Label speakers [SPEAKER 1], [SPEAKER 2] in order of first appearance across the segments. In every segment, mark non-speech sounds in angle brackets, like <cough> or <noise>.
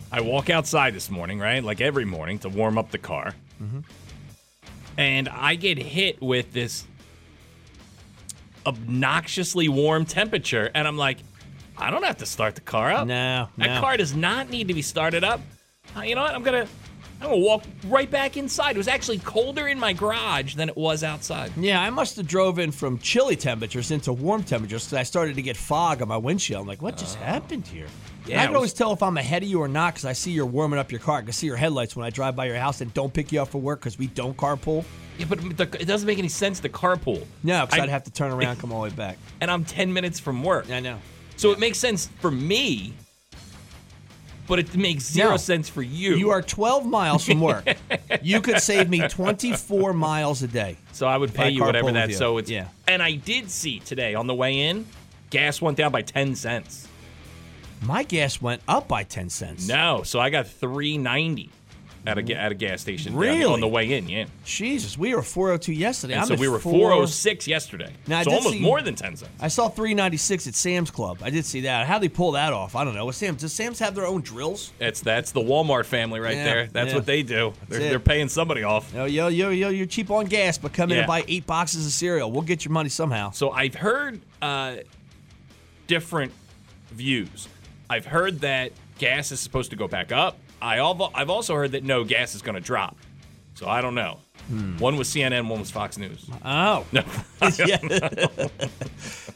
[SPEAKER 1] I walk outside this morning, right? Like every morning to warm up the car.
[SPEAKER 2] Mm-hmm.
[SPEAKER 1] And I get hit with this obnoxiously warm temperature. And I'm like, I don't have to start the car up.
[SPEAKER 2] No,
[SPEAKER 1] That
[SPEAKER 2] no.
[SPEAKER 1] car does not need to be started up. Uh, You know what? I'm going to. I'm gonna walk right back inside. It was actually colder in my garage than it was outside.
[SPEAKER 2] Yeah, I must have drove in from chilly temperatures into warm temperatures because I started to get fog on my windshield. I'm like, what just happened here?
[SPEAKER 1] Oh. Yeah,
[SPEAKER 2] I
[SPEAKER 1] it
[SPEAKER 2] can
[SPEAKER 1] was-
[SPEAKER 2] always tell if I'm ahead of you or not because I see you're warming up your car. I can see your headlights when I drive by your house and don't pick you up for work because we don't carpool.
[SPEAKER 1] Yeah, but the, it doesn't make any sense to carpool.
[SPEAKER 2] No, because
[SPEAKER 1] I-
[SPEAKER 2] I'd have to turn around, come all the way
[SPEAKER 1] <laughs>
[SPEAKER 2] back.
[SPEAKER 1] and I'm 10 minutes from work.
[SPEAKER 2] I know.
[SPEAKER 1] So it makes sense for me, but it makes zero
[SPEAKER 2] No.
[SPEAKER 1] sense for you.
[SPEAKER 2] You are 12 miles from work. you could save me 24 miles a day.
[SPEAKER 1] so I would pay
[SPEAKER 2] I
[SPEAKER 1] you whatever
[SPEAKER 2] carpool
[SPEAKER 1] that.
[SPEAKER 2] with you.
[SPEAKER 1] So it's
[SPEAKER 2] Yeah.
[SPEAKER 1] And I did see today on the way in, gas went down by 10 cents.
[SPEAKER 2] My gas went up by 10 cents.
[SPEAKER 1] No, so I got 3.90 at a ga- at a gas station down
[SPEAKER 2] Really?
[SPEAKER 1] on the way in. Yeah.
[SPEAKER 2] Jesus, we were 402 yesterday.
[SPEAKER 1] And
[SPEAKER 2] I'm
[SPEAKER 1] so
[SPEAKER 2] at
[SPEAKER 1] we were
[SPEAKER 2] four-
[SPEAKER 1] 406 yesterday.
[SPEAKER 2] Now, I
[SPEAKER 1] so
[SPEAKER 2] did
[SPEAKER 1] almost
[SPEAKER 2] see-
[SPEAKER 1] more than 10 cents.
[SPEAKER 2] I saw 396 at Sam's Club. I did see that. How they pull that off? I don't know. Was Sam, does Sam's have their own drills?
[SPEAKER 1] That's that's the Walmart family right
[SPEAKER 2] Yeah,
[SPEAKER 1] there. That's
[SPEAKER 2] yeah.
[SPEAKER 1] what they do. They're,
[SPEAKER 2] it.
[SPEAKER 1] they're paying somebody off.
[SPEAKER 2] No, yo, yo, yo, you're cheap on gas, but come in
[SPEAKER 1] Yeah.
[SPEAKER 2] and buy eight boxes of cereal. We'll get your money somehow.
[SPEAKER 1] So I've heard uh, different views. I've heard that gas is supposed to go back up. I al- I've also heard that no, gas is going to drop. So I don't know. One was CNN, one was Fox News.
[SPEAKER 2] Oh.
[SPEAKER 1] No,
[SPEAKER 2] <laughs> Yeah.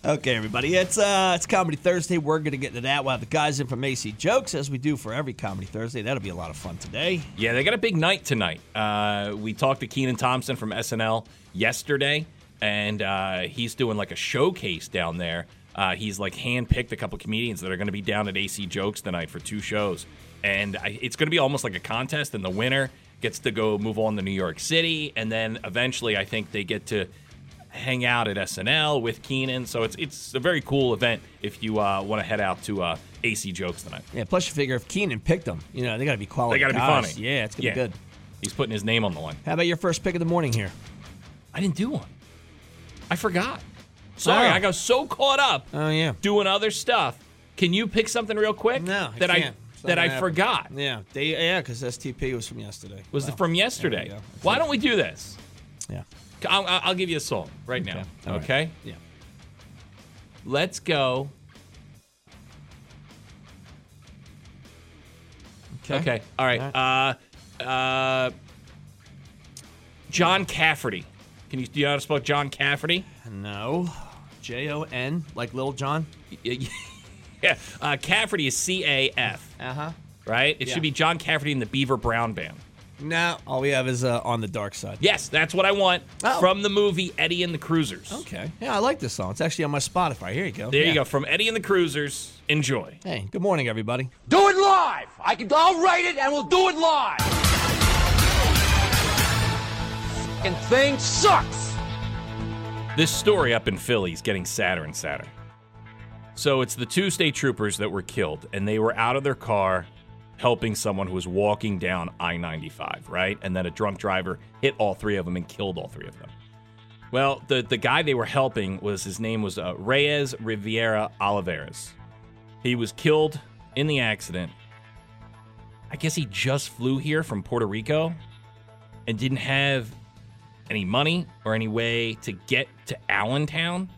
[SPEAKER 2] okay, everybody. It's uh it's Comedy Thursday. We're gonna get to that. We'll have the guys in from AC Jokes as we do for every Comedy Thursday. That'll be a lot of fun today.
[SPEAKER 1] yeah, they got a big night tonight. Uh, we talked to Keenan Thompson from SNL yesterday, and uh, he's doing like a showcase down there. Uh, he's like handpicked a couple comedians that are going to be down at AC Jokes tonight for two shows, and I, it's going to be almost like a contest. And the winner gets to go move on to New York City, and then eventually, I think they get to hang out at SNL with Keenan. So it's it's a very cool event if you uh, want to head out to uh, AC Jokes tonight.
[SPEAKER 2] Yeah, plus you figure if Keenan picked them, you know, they gotta be quality.
[SPEAKER 1] They got to be
[SPEAKER 2] guys.
[SPEAKER 1] funny.
[SPEAKER 2] Yeah, it's gonna be good.
[SPEAKER 1] He's putting his name on the line.
[SPEAKER 2] How about your first pick of the morning here?
[SPEAKER 1] I didn't do one. I forgot. Sorry,
[SPEAKER 2] Oh.
[SPEAKER 1] I got so caught up
[SPEAKER 2] Oh yeah.
[SPEAKER 1] doing other stuff. Can you pick something real quick?
[SPEAKER 2] No, I
[SPEAKER 1] that I
[SPEAKER 2] can't. It's not
[SPEAKER 1] that
[SPEAKER 2] gonna
[SPEAKER 1] I
[SPEAKER 2] happen.
[SPEAKER 1] forgot
[SPEAKER 2] Yeah. They yeah, because STP was from yesterday.
[SPEAKER 1] was
[SPEAKER 2] Well,
[SPEAKER 1] from yesterday.
[SPEAKER 2] go.
[SPEAKER 1] Why don't we do this?
[SPEAKER 2] Yeah.
[SPEAKER 1] I'll, I'll I'll give you a song right now.
[SPEAKER 2] Okay. All right.
[SPEAKER 1] okay.
[SPEAKER 2] Yeah.
[SPEAKER 1] Let's go.
[SPEAKER 2] Okay.
[SPEAKER 1] Okay. All right. Uh, uh, John Cafferty. Can you do you know how to spell John Cafferty?
[SPEAKER 2] No. J O N, like Little John.
[SPEAKER 1] <laughs> yeah. Uh, Cafferty is C A F.
[SPEAKER 2] Uh-huh.
[SPEAKER 1] Right. It
[SPEAKER 2] Yeah.
[SPEAKER 1] should be John Cafferty and the Beaver Brown Band.
[SPEAKER 2] No. All we have is uh, on the dark side.
[SPEAKER 1] Yes, that's what I want
[SPEAKER 2] Oh.
[SPEAKER 1] from the movie Eddie and the Cruisers.
[SPEAKER 2] Okay. Yeah, I like this song. It's actually on my Spotify. Here you go.
[SPEAKER 1] There
[SPEAKER 2] Yeah.
[SPEAKER 1] you go. From Eddie and the Cruisers. Enjoy.
[SPEAKER 2] Hey, good morning, everybody.
[SPEAKER 3] Do it live. I can. I'll write it, and we'll do it live. And thing sucks.
[SPEAKER 1] This story up in Philly is getting sadder and sadder. So it's the two state troopers that were killed, and they were out of their car helping someone who was walking down I 95, right? And then a drunk driver hit all three of them and killed all three of them. Well, the, the guy they were helping was his name was uh, Reyes Riviera Oliveras. He was killed in the accident. I guess he just flew here from Puerto Rico and didn't have any money or any way to get to Allentown.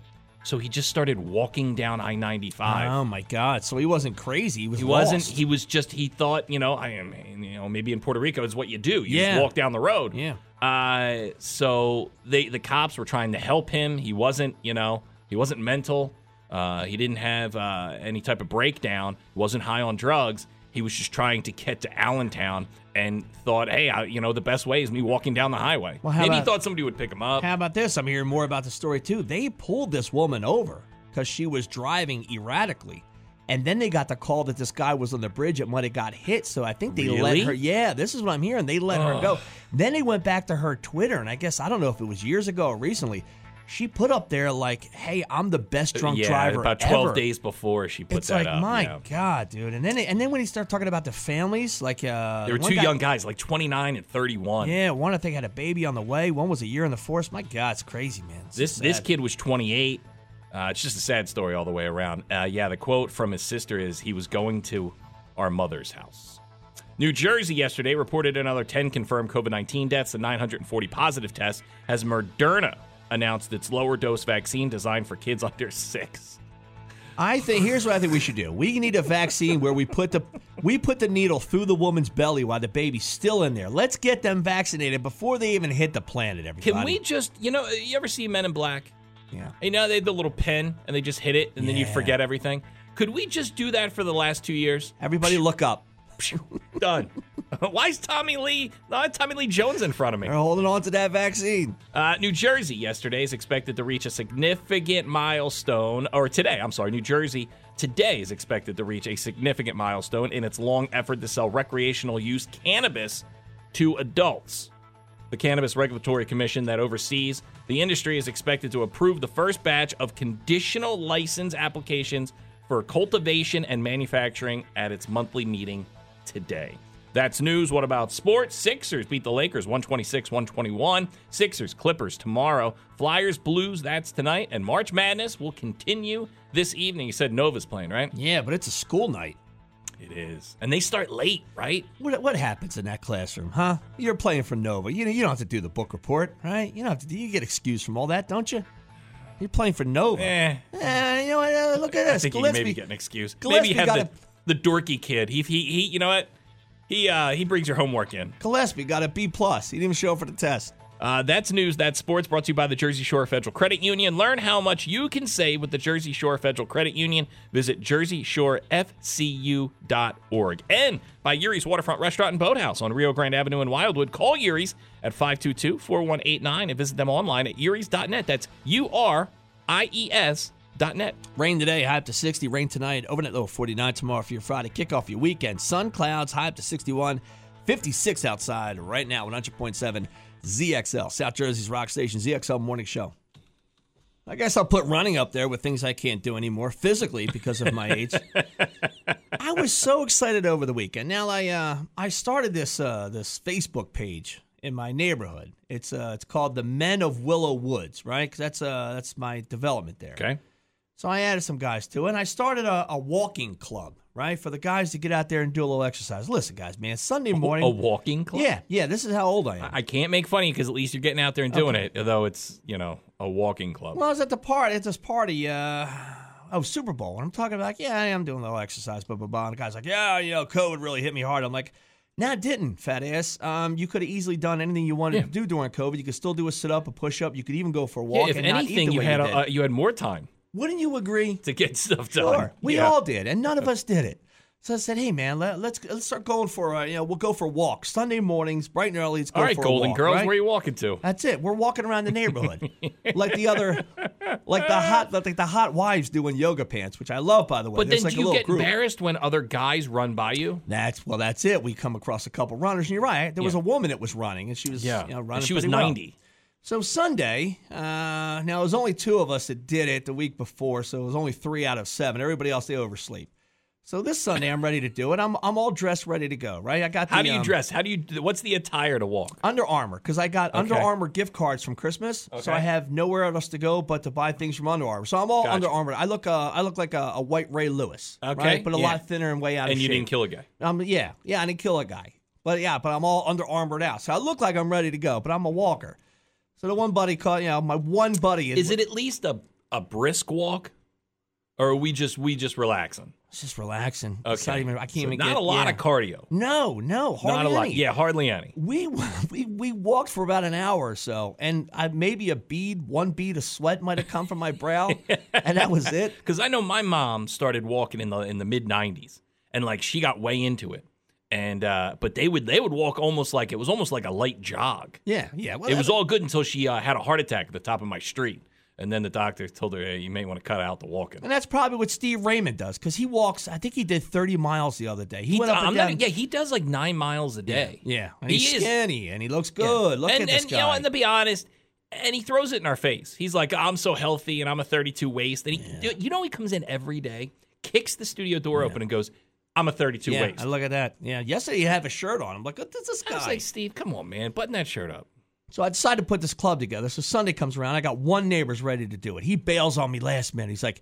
[SPEAKER 1] So he just started walking down I 95.
[SPEAKER 2] Oh my God! So he wasn't crazy. He was.
[SPEAKER 1] He wasn't.
[SPEAKER 2] lost.
[SPEAKER 1] He was just. He thought, you know, I am. You know, maybe in Puerto Rico is what you do. You
[SPEAKER 2] Yeah.
[SPEAKER 1] just walk down the road.
[SPEAKER 2] Yeah.
[SPEAKER 1] Uh, so they the cops were trying to help him. He wasn't. You know, he wasn't mental. Uh, he didn't have uh, any type of breakdown. He wasn't high on drugs. He was just trying to get to Allentown and thought, hey, I, you know, the best way is me walking down the highway.
[SPEAKER 2] Well, how
[SPEAKER 1] maybe he
[SPEAKER 2] about-
[SPEAKER 1] thought somebody would pick him up.
[SPEAKER 2] How about this? I'm hearing more about the story too. They pulled this woman over because she was driving erratically. And then they got the call that this guy was on the bridge and might have got hit. So I think they let
[SPEAKER 1] Really?
[SPEAKER 2] her. Yeah, this is what I'm hearing. They let her go. Then they went back to her Twitter, and I guess I don't know if it was years ago or recently. She put up there like, "Hey, I'm the best drunk
[SPEAKER 1] yeah,
[SPEAKER 2] driver
[SPEAKER 1] about 12
[SPEAKER 2] ever."
[SPEAKER 1] days before she put
[SPEAKER 2] It's
[SPEAKER 1] that
[SPEAKER 2] like
[SPEAKER 1] up.
[SPEAKER 2] my
[SPEAKER 1] yeah.
[SPEAKER 2] god, dude. And then and then when he started talking about the families, like uh,
[SPEAKER 1] There were
[SPEAKER 2] one
[SPEAKER 1] two
[SPEAKER 2] guy-
[SPEAKER 1] young guys, like 29 and 31.
[SPEAKER 2] Yeah, one I think had a baby on the way. One was a year in the force. My God, it's crazy, man. It's
[SPEAKER 1] This
[SPEAKER 2] sad.
[SPEAKER 1] this kid was 28. Uh, it's just a sad story all the way around. Uh, yeah, the quote from his sister is he was going to our mother's house. New Jersey yesterday reported another 10 confirmed COVID 19 deaths and 940 positive tests as Moderna announced its lower dose vaccine designed for kids <laughs> under six.
[SPEAKER 2] I think here's what I think we should do. We need a vaccine where we put the we put the needle through the woman's belly while the baby's still in there. Let's get them vaccinated before they even hit the planet. Everybody,
[SPEAKER 1] Can we just, you know, you ever see Men in Black?
[SPEAKER 2] Yeah.
[SPEAKER 1] You know, they had the little pen and they just hit it and then you
[SPEAKER 2] Yeah.
[SPEAKER 1] forget everything. Could we just do that for the last two years?
[SPEAKER 2] Everybody, look up.
[SPEAKER 1] <laughs> Done. Why is Tommy Lee? Not Tommy Lee Jones in front of me.
[SPEAKER 2] They're holding on to that vaccine.
[SPEAKER 1] Uh, New Jersey yesterday is expected to reach a significant milestone, or today, I'm sorry, New Jersey today is expected to reach a significant milestone in its long effort to sell recreational use cannabis to adults. The Cannabis Regulatory Commission that oversees the industry is expected to approve the first batch of conditional license applications for cultivation and manufacturing at its monthly meeting today. That's news. What about sports? Sixers beat the Lakers 126 121. Sixers, Clippers tomorrow. Flyers, Blues, that's tonight. And March Madness will continue this evening. You said Nova's playing, right?
[SPEAKER 2] Yeah, but it's a school night.
[SPEAKER 1] It is. And they start late, right?
[SPEAKER 2] What, what happens in that classroom, huh? You're playing for Nova. You know you don't have to do the book report, right? You don't have to. do- You get excused from all that, don't you? You're playing for Nova.
[SPEAKER 1] Eh.
[SPEAKER 2] Eh, you know what? uh, look at
[SPEAKER 1] I
[SPEAKER 2] this.
[SPEAKER 1] think he
[SPEAKER 2] Gillespie.
[SPEAKER 1] maybe get an excuse.
[SPEAKER 2] Gillespie
[SPEAKER 1] maybe you have
[SPEAKER 2] got
[SPEAKER 1] the, the dorky kid. He, he he you know what? He uh he brings your homework in.
[SPEAKER 2] Gillespie got a B plus. He didn't even show up for the test.
[SPEAKER 1] Uh, that's news. That's sports brought to you by the Jersey Shore Federal Credit Union. Learn how much you can save with the Jersey Shore Federal Credit Union. Visit jerseyshoreFCU.org. And by Yuri's Waterfront Restaurant and Boathouse on Rio Grande Avenue in Wildwood. Call Yuri's at 522 4189 and visit them online at yuri's.net. That's U R I E S dot net.
[SPEAKER 2] Rain today, high up to 60. Rain tonight, overnight low of 49 tomorrow for your Friday. Kick off your weekend. Sun, clouds, high up to 61. 56 outside right now, 100.7 ZXL, South Jersey's Rock Station, ZXL Morning Show. I guess I'll put running up there with things I can't do anymore physically because of my age. I was so excited over the weekend. Now I uh, I started this uh, this Facebook page in my neighborhood. It's uh, it's called the Men of Willow Woods, right? 'Cause that's uh, that's my development there.
[SPEAKER 1] Okay.
[SPEAKER 2] So I added some guys to it, and I started a, a walking club, right? For the guys to get out there and do a little exercise. Listen, guys, man, Sunday morning.
[SPEAKER 1] A walking club?
[SPEAKER 2] yeah, yeah, this is how old I am.
[SPEAKER 1] I can't make fun of you because at least you're getting out there and doing it, though it's, you know, a walking club.
[SPEAKER 2] Well, I was at the party at this party. Uh, oh, Super Bowl, and I'm talking about like, yeah, I am doing a little exercise, blah blah blah. And the guy's like, yeah, you know, COVID really hit me hard. I'm like, nah, it didn't, fat ass. Um, you could have easily done anything you wanted to do during COVID. You could still do a sit up, a push up. You could even go for a
[SPEAKER 1] Yeah,
[SPEAKER 2] walk.
[SPEAKER 1] if
[SPEAKER 2] and not eat
[SPEAKER 1] anything,
[SPEAKER 2] the
[SPEAKER 1] you
[SPEAKER 2] way
[SPEAKER 1] had
[SPEAKER 2] did.
[SPEAKER 1] a, uh, you had more time
[SPEAKER 2] Wouldn't you agree?
[SPEAKER 1] to get <laughs> stuff done.
[SPEAKER 2] Sure, we
[SPEAKER 1] Yeah.
[SPEAKER 2] all did, and
[SPEAKER 1] <laughs>
[SPEAKER 2] none of us did it. So I said, "Hey man, let, let's let's start going for a, you know we'll go for walks Sunday mornings, bright and early. Let's go
[SPEAKER 1] All right,
[SPEAKER 2] for
[SPEAKER 1] Golden
[SPEAKER 2] a walk,
[SPEAKER 1] Girls,
[SPEAKER 2] right?
[SPEAKER 1] where are you walking to?
[SPEAKER 2] That's it. We're walking around the neighborhood like the other, like the hot like the hot wives do in yoga pants, which I love by the way.
[SPEAKER 1] But
[SPEAKER 2] There's
[SPEAKER 1] then
[SPEAKER 2] like a
[SPEAKER 1] do you
[SPEAKER 2] little
[SPEAKER 1] get
[SPEAKER 2] group.
[SPEAKER 1] embarrassed when other guys run by you?
[SPEAKER 2] That's well, that's it. We come across a couple runners, and you're right. There was
[SPEAKER 1] Yeah.
[SPEAKER 2] a woman that was running, and she was you know,
[SPEAKER 1] And
[SPEAKER 2] running.
[SPEAKER 1] she was
[SPEAKER 2] pretty well.
[SPEAKER 1] 90.
[SPEAKER 2] So Sunday, uh, now it was only two of us that did it the week before, so it was only three out of seven. Everybody else they oversleep. So this Sunday I'm ready to do it. I'm I'm all dressed, ready to go. Right? I got. The,
[SPEAKER 1] How do you
[SPEAKER 2] um,
[SPEAKER 1] dress? How do you? What's the attire to walk?
[SPEAKER 2] Under Armour, because I got Under Armour gift cards from Christmas, so I have nowhere else to go but to buy things from Under Armour. So I'm all
[SPEAKER 1] Gotcha.
[SPEAKER 2] Under Armour. I look, uh, I look like a, a white Ray Lewis,
[SPEAKER 1] Okay,
[SPEAKER 2] right? but a
[SPEAKER 1] yeah.
[SPEAKER 2] lot thinner and way out
[SPEAKER 1] And
[SPEAKER 2] of
[SPEAKER 1] you
[SPEAKER 2] shape.
[SPEAKER 1] didn't kill a guy.
[SPEAKER 2] Um, yeah, yeah, I didn't kill a guy, but yeah, but I'm all under armored out, so I look like I'm ready to go, but I'm a walker. So the one buddy caught, you know, my one buddy
[SPEAKER 1] Is it at least a a brisk walk, or are we just we just relaxing?
[SPEAKER 2] It's just relaxing.
[SPEAKER 1] Okay,
[SPEAKER 2] It's not even, I can't
[SPEAKER 1] So
[SPEAKER 2] even
[SPEAKER 1] not
[SPEAKER 2] get
[SPEAKER 1] a lot
[SPEAKER 2] yeah.
[SPEAKER 1] of cardio.
[SPEAKER 2] No, no, hardly
[SPEAKER 1] Not a lot.
[SPEAKER 2] any.
[SPEAKER 1] Yeah, hardly any.
[SPEAKER 2] We, <laughs> we we walked for about an hour or so, and I, maybe a bead, one bead of sweat might have come from my
[SPEAKER 1] <laughs>
[SPEAKER 2] brow, and that was it.
[SPEAKER 1] Because I know my mom started walking in the in the mid '90s, and like she got way into it, and uh, but they would they would walk almost like it was almost like a light jog.
[SPEAKER 2] Yeah, yeah. Well,
[SPEAKER 1] It was all good until she uh, had a heart attack at the top of my street, and then the doctor told her, "Hey, you may want to cut out the walking."
[SPEAKER 2] and that's probably what Steve Raymond does because he walks. I think he did thirty miles the other day. He
[SPEAKER 1] He,
[SPEAKER 2] went up
[SPEAKER 1] I'm
[SPEAKER 2] and
[SPEAKER 1] not-
[SPEAKER 2] down.
[SPEAKER 1] yeah, he does like nine miles a day.
[SPEAKER 2] yeah. And
[SPEAKER 1] he
[SPEAKER 2] he's
[SPEAKER 1] is.
[SPEAKER 2] skinny and he looks good. Look
[SPEAKER 1] and,
[SPEAKER 2] at this
[SPEAKER 1] and,
[SPEAKER 2] guy.
[SPEAKER 1] You know, and to be honest, and he throws it in our face. He's like, "I'm so healthy, and I'm a 32 waist." And he, dude, you know, he comes in every day, kicks the studio door open, and goes, "I'm a 32
[SPEAKER 2] yeah,
[SPEAKER 1] waist."
[SPEAKER 2] I look at that. Yeah, yesterday he had a shirt on. I'm like, what is this
[SPEAKER 1] I
[SPEAKER 2] guy?
[SPEAKER 1] was like, Steve, come on, man, button that shirt up.
[SPEAKER 2] So I decided to put this club together. So Sunday comes around. I got one neighbor's ready to do it. He bails on me last minute. He's like,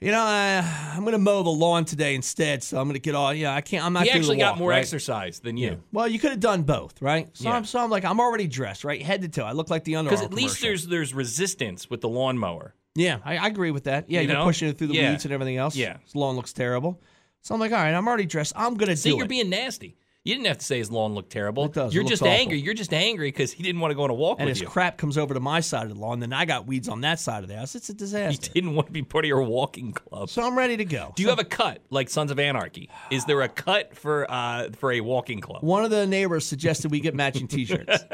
[SPEAKER 2] you know, I, I'm going to mow the lawn today instead. So I'm going to get all, yeah, I can't, I'm not
[SPEAKER 1] he
[SPEAKER 2] doing the
[SPEAKER 1] actually got
[SPEAKER 2] walk,
[SPEAKER 1] more
[SPEAKER 2] right?
[SPEAKER 1] exercise than you.
[SPEAKER 2] Well, you could have done both, right? So,
[SPEAKER 1] Yeah.
[SPEAKER 2] I'm, so I'm like, I'm already dressed, right? Head to toe. I look like the Under
[SPEAKER 1] Because
[SPEAKER 2] Armour
[SPEAKER 1] at least
[SPEAKER 2] commercial.
[SPEAKER 1] there's there's resistance with the lawnmower.
[SPEAKER 2] Yeah, I, I agree with that. Yeah,
[SPEAKER 1] You
[SPEAKER 2] you are
[SPEAKER 1] know?
[SPEAKER 2] pushing it through the
[SPEAKER 1] Yeah.
[SPEAKER 2] weeds and everything else.
[SPEAKER 1] Yeah.
[SPEAKER 2] His lawn looks terrible. So I'm like, all right, I'm already dressed. I'm going to
[SPEAKER 1] See,
[SPEAKER 2] do
[SPEAKER 1] you're
[SPEAKER 2] it.
[SPEAKER 1] being nasty. You didn't have to say his lawn looked terrible.
[SPEAKER 2] It does. It
[SPEAKER 1] You're
[SPEAKER 2] looks
[SPEAKER 1] just
[SPEAKER 2] awful.
[SPEAKER 1] angry. You're just angry because he didn't want to go on a walk
[SPEAKER 2] and
[SPEAKER 1] with
[SPEAKER 2] his
[SPEAKER 1] you.
[SPEAKER 2] crap comes over to my side of the lawn. Then I got weeds on that side of the house. It's a
[SPEAKER 1] he
[SPEAKER 2] disaster.
[SPEAKER 1] didn't want to be part of your walking club.
[SPEAKER 2] So I'm ready to go.
[SPEAKER 1] Do you have a cut like Sons of Anarchy? Is there a cut for uh, for a walking club?
[SPEAKER 2] One of the neighbors suggested we get matching
[SPEAKER 1] <laughs>
[SPEAKER 2] T-shirts.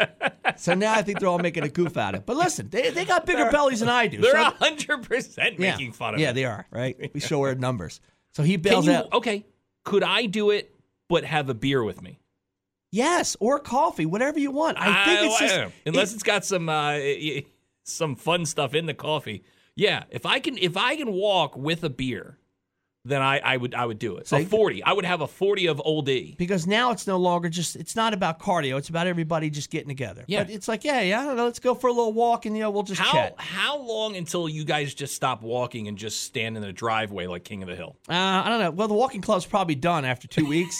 [SPEAKER 2] so now I think they're all making a goof out of it. But listen, they, they got bigger bellies than I do.
[SPEAKER 1] They're
[SPEAKER 2] so-
[SPEAKER 1] a hundred percent
[SPEAKER 2] yeah.
[SPEAKER 1] <laughs> making fun of
[SPEAKER 2] Yeah,
[SPEAKER 1] it.
[SPEAKER 2] they are.
[SPEAKER 1] <laughs>
[SPEAKER 2] Right? We show our numbers. So he
[SPEAKER 1] Can
[SPEAKER 2] bails
[SPEAKER 1] you,
[SPEAKER 2] out.
[SPEAKER 1] okay, could I do it but have a beer with me?
[SPEAKER 2] Yes, or coffee, whatever you want. I think it's
[SPEAKER 1] I
[SPEAKER 2] just
[SPEAKER 1] don't know. unless it's got some uh, y- some fun stuff in the coffee. Yeah, if I can if I can walk with a beer, then I, I would I would do it.
[SPEAKER 2] So
[SPEAKER 1] a
[SPEAKER 2] you-
[SPEAKER 1] forty, I would have a forty of Old E.
[SPEAKER 2] because now it's no longer just it's not about cardio. It's about everybody just getting together.
[SPEAKER 1] Yeah.
[SPEAKER 2] But it's like yeah, yeah. I don't know. Let's go for a little walk and you know we'll just
[SPEAKER 1] How
[SPEAKER 2] chat.
[SPEAKER 1] how long until you guys just stop walking and just stand in the driveway like King of the Hill? <laughs>
[SPEAKER 2] Uh, I don't know. Well, the walking club's probably done after two weeks.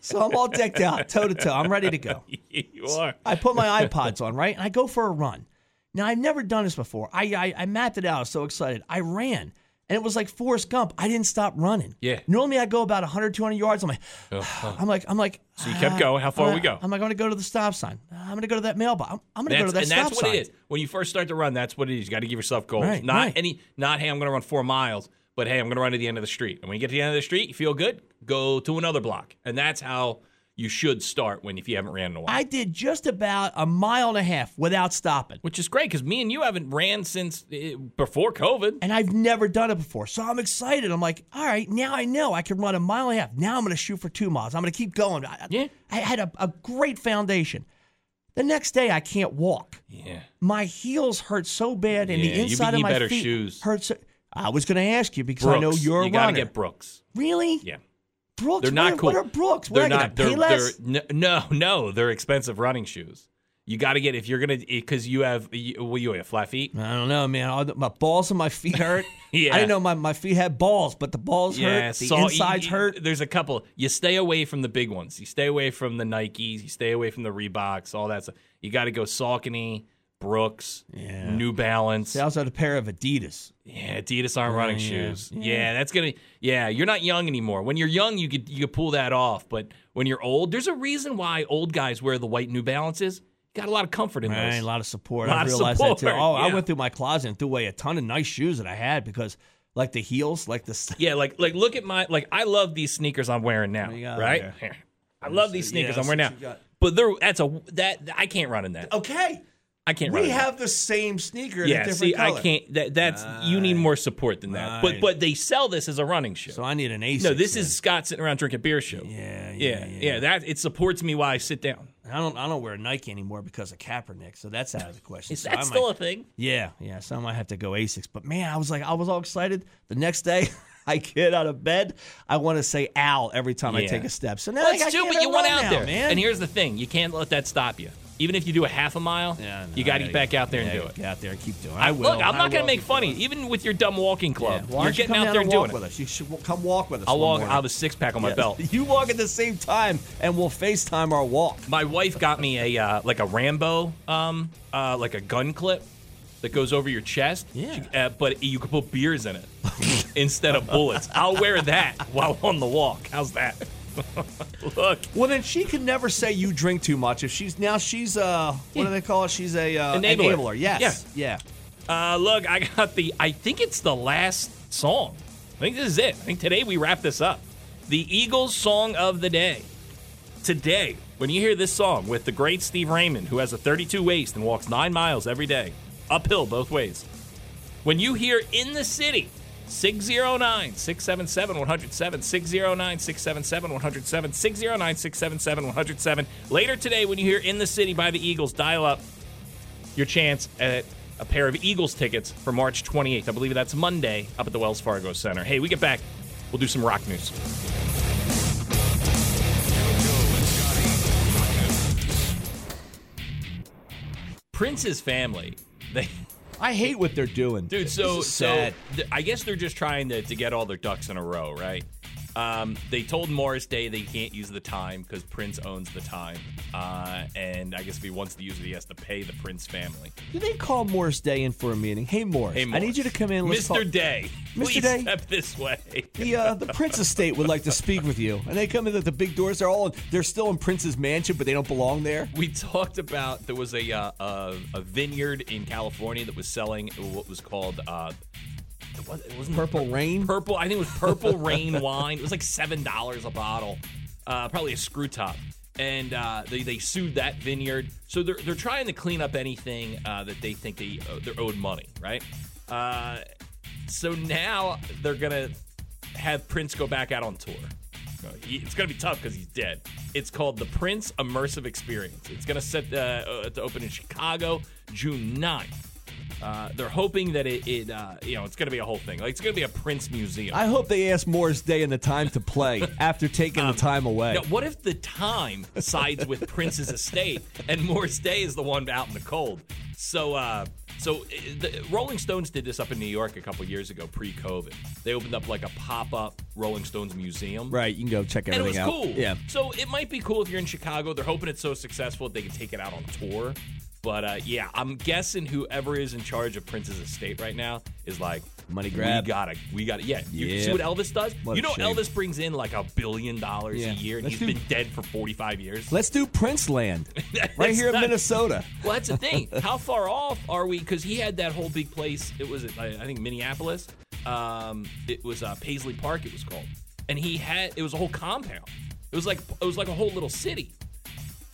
[SPEAKER 2] so I'm all decked out, toe to toe. I'm ready to go.
[SPEAKER 1] you are.
[SPEAKER 2] I put my iPods on, right? And I go for a run. Now, I've never done this before. I, I, I mapped it out. I was so excited. I ran, and it was like Forrest Gump. I didn't stop running.
[SPEAKER 1] Yeah. Oh,
[SPEAKER 2] Normally, I go about 100, 200 yards. I'm like, <sighs> I'm like, I'm like. uh,
[SPEAKER 1] So you kept going. How far
[SPEAKER 2] I'm
[SPEAKER 1] we go?
[SPEAKER 2] I'm like, I'm going to go to the stop sign. Uh, I'm going to go to that mailbox. I'm, I'm going to go to
[SPEAKER 1] That's,
[SPEAKER 2] that
[SPEAKER 1] and
[SPEAKER 2] stop
[SPEAKER 1] that's what
[SPEAKER 2] sign.
[SPEAKER 1] it is. When you first start to run, that's what it is. You got to give yourself goals.
[SPEAKER 2] Right,
[SPEAKER 1] not
[SPEAKER 2] right.
[SPEAKER 1] any. Not hey, I'm going to run four miles, but hey, I'm going to run to the end of the street. And when you get to the end of the street, you feel good. Go to another block, and that's how you should start when if you haven't ran in a while.
[SPEAKER 2] I did just about a mile and a half without stopping.
[SPEAKER 1] which is great because me and you haven't ran since eh, before COVID.
[SPEAKER 2] and I've never done it before. So I'm excited. I'm like, all right, now I know I can run a mile and a half. Now I'm going to shoot for two miles. I'm going to keep going. I,
[SPEAKER 1] Yeah.
[SPEAKER 2] I had a, a great foundation. The next day, I can't walk.
[SPEAKER 1] Yeah.
[SPEAKER 2] My heels hurt so bad, and
[SPEAKER 1] Yeah,
[SPEAKER 2] the
[SPEAKER 1] you
[SPEAKER 2] inside
[SPEAKER 1] need
[SPEAKER 2] of my
[SPEAKER 1] better
[SPEAKER 2] feet
[SPEAKER 1] shoes.
[SPEAKER 2] hurt. So, I was going to ask you because
[SPEAKER 1] Brooks.
[SPEAKER 2] I know you're
[SPEAKER 1] you
[SPEAKER 2] a
[SPEAKER 1] gotta
[SPEAKER 2] runner.
[SPEAKER 1] get Brooks.
[SPEAKER 2] really?
[SPEAKER 1] Yeah.
[SPEAKER 2] Brooks?
[SPEAKER 1] They're
[SPEAKER 2] what
[SPEAKER 1] not
[SPEAKER 2] are,
[SPEAKER 1] cool.
[SPEAKER 2] What are Brooks? What
[SPEAKER 1] They're
[SPEAKER 2] are I
[SPEAKER 1] not.
[SPEAKER 2] Gonna pay
[SPEAKER 1] They're,
[SPEAKER 2] less?
[SPEAKER 1] they're n- no, no. They're expensive running shoes. You got to get if you're gonna because you have you, well, you have flat feet.
[SPEAKER 2] I don't know, man. All the, my balls and my feet hurt.
[SPEAKER 1] <laughs> Yeah.
[SPEAKER 2] I didn't know my, my feet had balls, but the balls hurt. The
[SPEAKER 1] so-
[SPEAKER 2] insides
[SPEAKER 1] y- y-
[SPEAKER 2] hurt.
[SPEAKER 1] There's a couple. You stay away from the big ones. You stay away from the Nikes. You stay away from the Reeboks. All that stuff. You got to go Saucony, Brooks, New Balance.
[SPEAKER 2] They also had a pair of Adidas.
[SPEAKER 1] Yeah, Adidas aren't running
[SPEAKER 2] yeah,
[SPEAKER 1] shoes. Yeah. that's gonna. Yeah, you're not young anymore. When you're young, you could you could pull that off. But when you're old, there's a reason why old guys wear the white New Balances. Got a lot of comfort in
[SPEAKER 2] Right,
[SPEAKER 1] those.
[SPEAKER 2] a lot of support.
[SPEAKER 1] Lot
[SPEAKER 2] I
[SPEAKER 1] of
[SPEAKER 2] realized that too.
[SPEAKER 1] support,
[SPEAKER 2] Oh,
[SPEAKER 1] yeah.
[SPEAKER 2] I went through my closet and threw away a ton of nice shoes that I had because, like the heels, like the s-
[SPEAKER 1] Yeah, like like look at my like I love these sneakers I'm wearing now,
[SPEAKER 2] you got
[SPEAKER 1] right?
[SPEAKER 2] over
[SPEAKER 1] <laughs> I love these sneakers
[SPEAKER 2] Yeah,
[SPEAKER 1] I'm wearing
[SPEAKER 2] that's
[SPEAKER 1] now.
[SPEAKER 2] what you got.
[SPEAKER 1] But they're that's a that I can't run in that.
[SPEAKER 2] <laughs> okay.
[SPEAKER 1] I can't run.
[SPEAKER 2] We
[SPEAKER 1] in
[SPEAKER 2] have the same sneaker.
[SPEAKER 1] that.
[SPEAKER 2] in a
[SPEAKER 1] yeah.
[SPEAKER 2] different
[SPEAKER 1] See, I
[SPEAKER 2] color.
[SPEAKER 1] can't. That that's you need more support than that. But
[SPEAKER 2] Right.
[SPEAKER 1] but they sell this as a running shoe.
[SPEAKER 2] So I need an ace.
[SPEAKER 1] no, this is Scott sitting around drinking beer shoe.
[SPEAKER 2] Yeah,
[SPEAKER 1] yeah,
[SPEAKER 2] yeah, yeah.
[SPEAKER 1] That it supports me while I sit down.
[SPEAKER 2] I don't. I don't wear Nike anymore because of Kaepernick. So that's out of the question.
[SPEAKER 1] Is
[SPEAKER 2] So
[SPEAKER 1] that
[SPEAKER 2] I
[SPEAKER 1] still
[SPEAKER 2] might-
[SPEAKER 1] a thing?
[SPEAKER 2] Yeah, yeah. So I might have to go Asics. But man, I was like, I was all excited. The next day, <laughs> I get out of bed. I want to say "ow" every time I
[SPEAKER 1] Yeah.
[SPEAKER 2] take a step. So now
[SPEAKER 1] Well,
[SPEAKER 2] I
[SPEAKER 1] it's
[SPEAKER 2] got
[SPEAKER 1] true, but you went out there,
[SPEAKER 2] man.
[SPEAKER 1] And here's the thing: you can't let that stop you. Even if you do a half a mile,
[SPEAKER 2] Yeah, no,
[SPEAKER 1] you
[SPEAKER 2] I
[SPEAKER 1] got to
[SPEAKER 2] gotta
[SPEAKER 1] get back
[SPEAKER 2] get-
[SPEAKER 1] out there and
[SPEAKER 2] yeah,
[SPEAKER 1] do it.
[SPEAKER 2] Get out there and keep doing. it. I will.
[SPEAKER 1] Look, I'm
[SPEAKER 2] I
[SPEAKER 1] not going
[SPEAKER 2] will
[SPEAKER 1] to make
[SPEAKER 2] keep
[SPEAKER 1] funny,
[SPEAKER 2] doing it.
[SPEAKER 1] even with your dumb walking club.
[SPEAKER 2] Why don't
[SPEAKER 1] You're
[SPEAKER 2] you
[SPEAKER 1] getting
[SPEAKER 2] come
[SPEAKER 1] out
[SPEAKER 2] down
[SPEAKER 1] there and
[SPEAKER 2] walk
[SPEAKER 1] doing
[SPEAKER 2] With
[SPEAKER 1] it.
[SPEAKER 2] us. You should w- come walk with us.
[SPEAKER 1] I'll
[SPEAKER 2] one
[SPEAKER 1] walk.
[SPEAKER 2] morning.
[SPEAKER 1] I have a six pack on my
[SPEAKER 2] Yeah.
[SPEAKER 1] belt.
[SPEAKER 2] <laughs> You walk at the same time, and we'll FaceTime our walk.
[SPEAKER 1] My wife got me a uh, like a Rambo, um, uh, like a gun clip, that goes over your chest.
[SPEAKER 2] Yeah.
[SPEAKER 1] You- uh, but you could put beers in it <laughs> instead of bullets. I'll wear that <laughs> while on the walk. How's that? Look,
[SPEAKER 2] Well, then she could never say you drink too much if she's now she's uh what do they call it? She's a uh,
[SPEAKER 1] Enabler.
[SPEAKER 2] enabler. Yes. Yeah.
[SPEAKER 1] uh, look, I got the. I think it's the last song. I think this is it. I think today we wrap this up. The Eagles' song of the day. Today, when you hear this song with the great Steve Raymond, who has a 32 waist and walks nine miles every day, uphill both ways. When you hear in the city, 609 677 107, 609 677 107, 609 677 107. Later today, when you hear In the City by the Eagles, dial up your chance at a pair of Eagles tickets for March 28th. I believe that's Monday up at the Wells Fargo Center. Hey, we get back. We'll do some rock news. Prince's family, they <laughs>
[SPEAKER 2] I hate what they're doing,
[SPEAKER 1] dude. So,
[SPEAKER 2] This is
[SPEAKER 1] so
[SPEAKER 2] sad.
[SPEAKER 1] th- I guess they're just trying to, to get all their ducks in a row, right? Um, they told Morris Day they can't use the time because Prince owns the time, uh, and I guess if he wants to use it, he has to pay the Prince family.
[SPEAKER 2] Do they call Morris Day in for a meeting? Hey, Morris.
[SPEAKER 1] Hey,
[SPEAKER 2] I
[SPEAKER 1] Morris.
[SPEAKER 2] need you to come in. Let's
[SPEAKER 1] Mr.
[SPEAKER 2] talk-
[SPEAKER 1] Day.
[SPEAKER 2] Mr.
[SPEAKER 1] Please
[SPEAKER 2] Day?
[SPEAKER 1] step this way.
[SPEAKER 2] The uh, the Prince estate would like to speak with you, and they come in at the big doors. They're all they're still in Prince's mansion, but they don't belong there.
[SPEAKER 1] We talked about there was a uh, a, a vineyard in California that was selling what was called uh, it was- it wasn't
[SPEAKER 2] Purple rain.
[SPEAKER 1] purple. I think it was
[SPEAKER 2] <laughs>
[SPEAKER 1] purple rain wine. It was like seven dollars a bottle, uh, probably a screw top. And uh, they, they sued that vineyard, so they're they're trying to clean up anything uh, that they think they uh, they're owed money, right? Uh, so now they're gonna have Prince go back out on tour. Uh, he- It's gonna be tough because he's dead. It's called the Prince Immersive Experience. It's gonna set uh, uh, to open in Chicago June 9th. Uh, they're hoping that it, it uh, you know, it's going to be a whole thing. Like it's going to be a Prince museum.
[SPEAKER 2] I hope they ask Morris Day and the time to play after taking the time away.
[SPEAKER 1] Now, Um, what if the time sides with Prince's estate and Morris Day is the one out in the cold? So, uh, so uh, the Rolling Stones did this up in New York a couple years ago, pre-COVID. They opened up like a pop-up Rolling Stones museum.
[SPEAKER 2] right, you can go check
[SPEAKER 1] And it
[SPEAKER 2] everything
[SPEAKER 1] was
[SPEAKER 2] out.
[SPEAKER 1] cool.
[SPEAKER 2] Yeah.
[SPEAKER 1] So it might be cool if you're in Chicago. They're hoping it's so successful that they can take it out on tour. But uh, yeah, I'm guessing whoever is in charge of Prince's estate right now is like
[SPEAKER 2] Money grab.
[SPEAKER 1] We gotta, we gotta. Yeah, you
[SPEAKER 2] Yeah.
[SPEAKER 1] see what Elvis does?
[SPEAKER 2] What
[SPEAKER 1] you
[SPEAKER 2] a
[SPEAKER 1] know,
[SPEAKER 2] shame.
[SPEAKER 1] Elvis brings in like a billion dollars
[SPEAKER 2] Yeah.
[SPEAKER 1] a year, and
[SPEAKER 2] Let's
[SPEAKER 1] he's
[SPEAKER 2] do-
[SPEAKER 1] been dead for 45 years.
[SPEAKER 2] Let's do Prince
[SPEAKER 1] <laughs>
[SPEAKER 2] Land right
[SPEAKER 1] It's
[SPEAKER 2] here in
[SPEAKER 1] not-
[SPEAKER 2] Minnesota.
[SPEAKER 1] Well, that's the thing. How far off are we? Because he had that whole big place. It was, I I think, Minneapolis. Um, it was uh, Paisley Park. It was called, and he had it was a whole compound. It was like it was like a whole little city.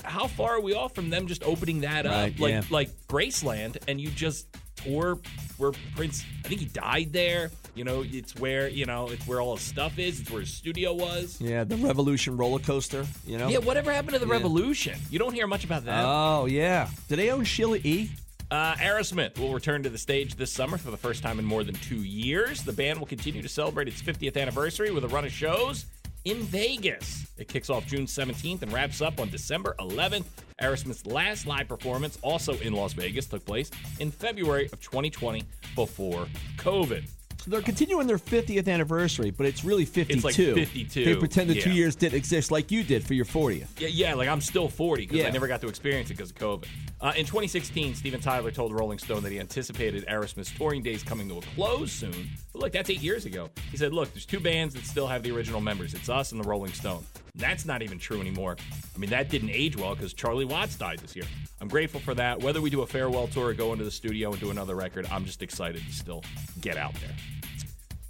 [SPEAKER 1] How far are we off from them just opening that
[SPEAKER 2] Right,
[SPEAKER 1] up, like
[SPEAKER 2] yeah.
[SPEAKER 1] like Graceland, and you just tour where Prince? I think he died there. You know, it's where you know it's where all his stuff is. It's where his studio was.
[SPEAKER 2] Yeah, the Revolution roller coaster. You know.
[SPEAKER 1] Yeah, whatever happened to the
[SPEAKER 2] Yeah.
[SPEAKER 1] revolution? You don't hear much about that.
[SPEAKER 2] Oh yeah. Do they own Sheila E?
[SPEAKER 1] Uh, Aerosmith will return to the stage this summer for the first time in more than two years. The band will continue to celebrate its 50th anniversary with a run of shows in Vegas. It kicks off June 17th and wraps up on December 11th. Aerosmith's last live performance, also in Las Vegas, took place in February of 2020 before COVID.
[SPEAKER 2] So they're continuing their 50th anniversary, but it's really 52.
[SPEAKER 1] like 52,
[SPEAKER 2] They pretend the two
[SPEAKER 1] yeah.
[SPEAKER 2] years didn't exist, like you did for your 40th.
[SPEAKER 1] Yeah, yeah, like I'm still 40 because
[SPEAKER 2] Yeah.
[SPEAKER 1] I never got to experience it because of COVID. Uh, in 2016, Steven Tyler told Rolling Stone that he anticipated Aerosmith's touring days coming to a close soon. But look, that's eight years ago. He said, "Look, there's two bands that still have the original members. It's us and the Rolling Stone." That's not even true anymore. I mean, that didn't age well because Charlie Watts died this year. I'm grateful for that. Whether we do a farewell tour or go into the studio and do another record, I'm just excited to still get out there.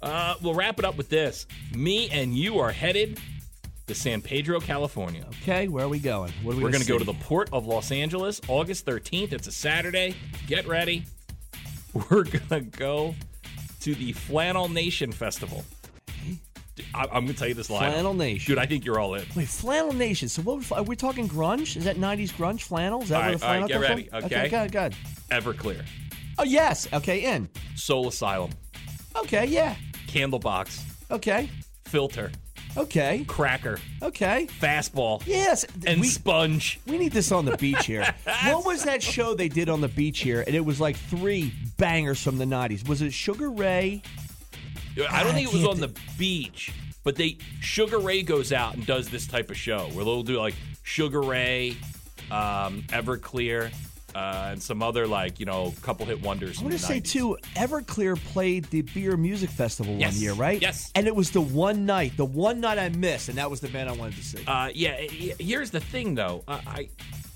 [SPEAKER 1] Uh, we'll wrap it up with this. Me and you are headed to San Pedro, California.
[SPEAKER 2] Okay, where are we going? What are we
[SPEAKER 1] We're
[SPEAKER 2] going
[SPEAKER 1] going to go to the Port of Los Angeles, August 13th. It's a Saturday. Get ready. <laughs> We're going to go to the Flannel Nation Festival. Dude, I, am going to tell you this line.
[SPEAKER 2] Flannel Nation.
[SPEAKER 1] Dude, I think you're all in.
[SPEAKER 2] Wait, Flannel Nation. So what? Would, are we talking grunge? Is that 90s grunge flannel? Is that
[SPEAKER 1] All
[SPEAKER 2] where
[SPEAKER 1] right,
[SPEAKER 2] the
[SPEAKER 1] all right,
[SPEAKER 2] flannel
[SPEAKER 1] get
[SPEAKER 2] comes
[SPEAKER 1] ready,
[SPEAKER 2] from?
[SPEAKER 1] okay?
[SPEAKER 2] good, good.
[SPEAKER 1] Everclear,
[SPEAKER 2] Oh yes. Okay, in.
[SPEAKER 1] Soul Asylum,
[SPEAKER 2] Okay, yeah.
[SPEAKER 1] Candlebox,
[SPEAKER 2] Okay,
[SPEAKER 1] Filter,
[SPEAKER 2] okay,
[SPEAKER 1] Cracker,
[SPEAKER 2] okay.
[SPEAKER 1] Fastball,
[SPEAKER 2] Yes.
[SPEAKER 1] and
[SPEAKER 2] we,
[SPEAKER 1] Sponge.
[SPEAKER 2] we need this on the beach
[SPEAKER 1] <laughs>
[SPEAKER 2] here. what was that show they did on the beach here? And it was like three bangers from the 90s. Was it Sugar Ray?
[SPEAKER 1] I
[SPEAKER 2] I
[SPEAKER 1] don't think it was
[SPEAKER 2] can't
[SPEAKER 1] on
[SPEAKER 2] do-
[SPEAKER 1] the beach, but they Sugar Ray goes out and does this type of show where they'll do like Sugar Ray, um, Everclear, uh, and some other like you know couple hit wonders.
[SPEAKER 2] I
[SPEAKER 1] want to
[SPEAKER 2] say too. Everclear played the Beer Music Festival
[SPEAKER 1] Yes.
[SPEAKER 2] one year, right?
[SPEAKER 1] Yes.
[SPEAKER 2] And it was the one night, the one night I missed, and that was the band I wanted to see.
[SPEAKER 1] Uh, yeah. y- Here's the thing, though. Uh, I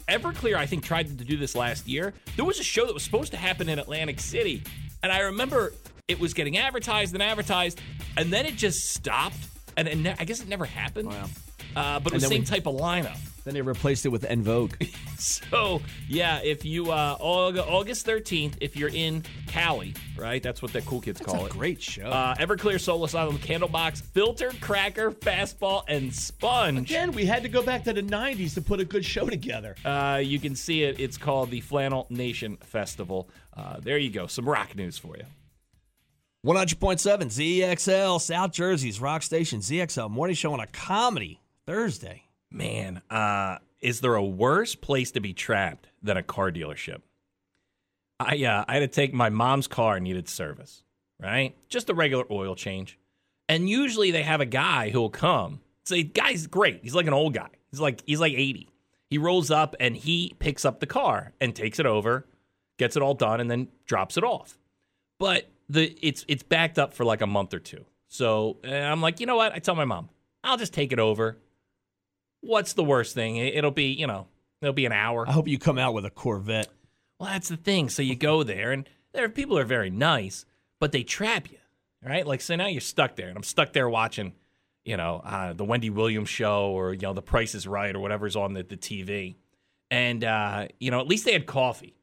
[SPEAKER 1] Everclear, I think, tried to do this last year. There was a show that was supposed to happen in Atlantic City, and I remember it was getting advertised and advertised, and then it just stopped, and it ne- I guess it never happened.
[SPEAKER 2] Wow.
[SPEAKER 1] Uh, but it was
[SPEAKER 2] Oh, then
[SPEAKER 1] the same
[SPEAKER 2] we-
[SPEAKER 1] type of lineup.
[SPEAKER 2] then they replaced it with En <laughs> Vogue.
[SPEAKER 1] <laughs> So yeah, if you uh, Aug- August thirteenth, if you're in Cali, right? That's what the cool kids call
[SPEAKER 2] It's a
[SPEAKER 1] it.
[SPEAKER 2] great show.
[SPEAKER 1] Uh, Everclear, Soulless Island, Candlebox, Filtered Cracker, Fastball, and Sponge.
[SPEAKER 2] Again, we had to go back to the '90s to put a good show together.
[SPEAKER 1] Uh, you can see it. It's called the Flannel Nation Festival. Uh, there you go. Some rock news for you.
[SPEAKER 2] 100.7 ZXL, South Jersey's rock station, ZXL morning show on a comedy Thursday.
[SPEAKER 1] Man, uh, is there a worse place to be trapped than a car dealership? I uh, I had to take my mom's car needed service, right? Just a regular oil change, and usually they have a guy who will come. So the guy's great. He's like an old guy. He's like he's like eighty. He rolls up and he picks up the car and takes it over, gets it all done, and then drops it off. but the it's it's backed up for like a month or two. So eh, I'm like, you know what? I tell my mom, I'll just take it over. What's the worst thing? It- It'll be, you know, it'll be an hour.
[SPEAKER 2] I hope you come out with a Corvette.
[SPEAKER 1] Well, that's the thing. So you go there, and there people are very nice, but they trap you, right? Like, so now you're stuck there, and I'm stuck there watching, you know, uh, the Wendy Williams show or you know, The Price is Right or whatever's on the, the TV, and uh, you know, at least they had coffee.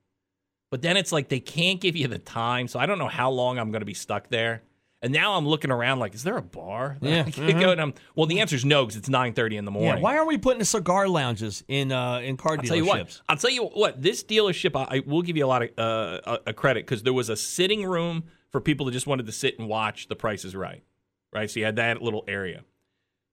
[SPEAKER 1] But then it's like they can't give you the time, so I don't know how long I'm going to be stuck there. And now I'm looking around like, is there a bar? that
[SPEAKER 2] Yeah,
[SPEAKER 1] I could go to? Well, the answer is no, because it's 9:30 in the morning.
[SPEAKER 2] Yeah, why aren't we putting cigar lounges in uh, in car
[SPEAKER 1] I'll
[SPEAKER 2] dealerships?
[SPEAKER 1] tell you what. I'll tell you what. This dealership, I, I will give you a lot of uh, a, a credit because there was a sitting room for people that just wanted to sit and watch The Price Is Right, right? So you had that little area,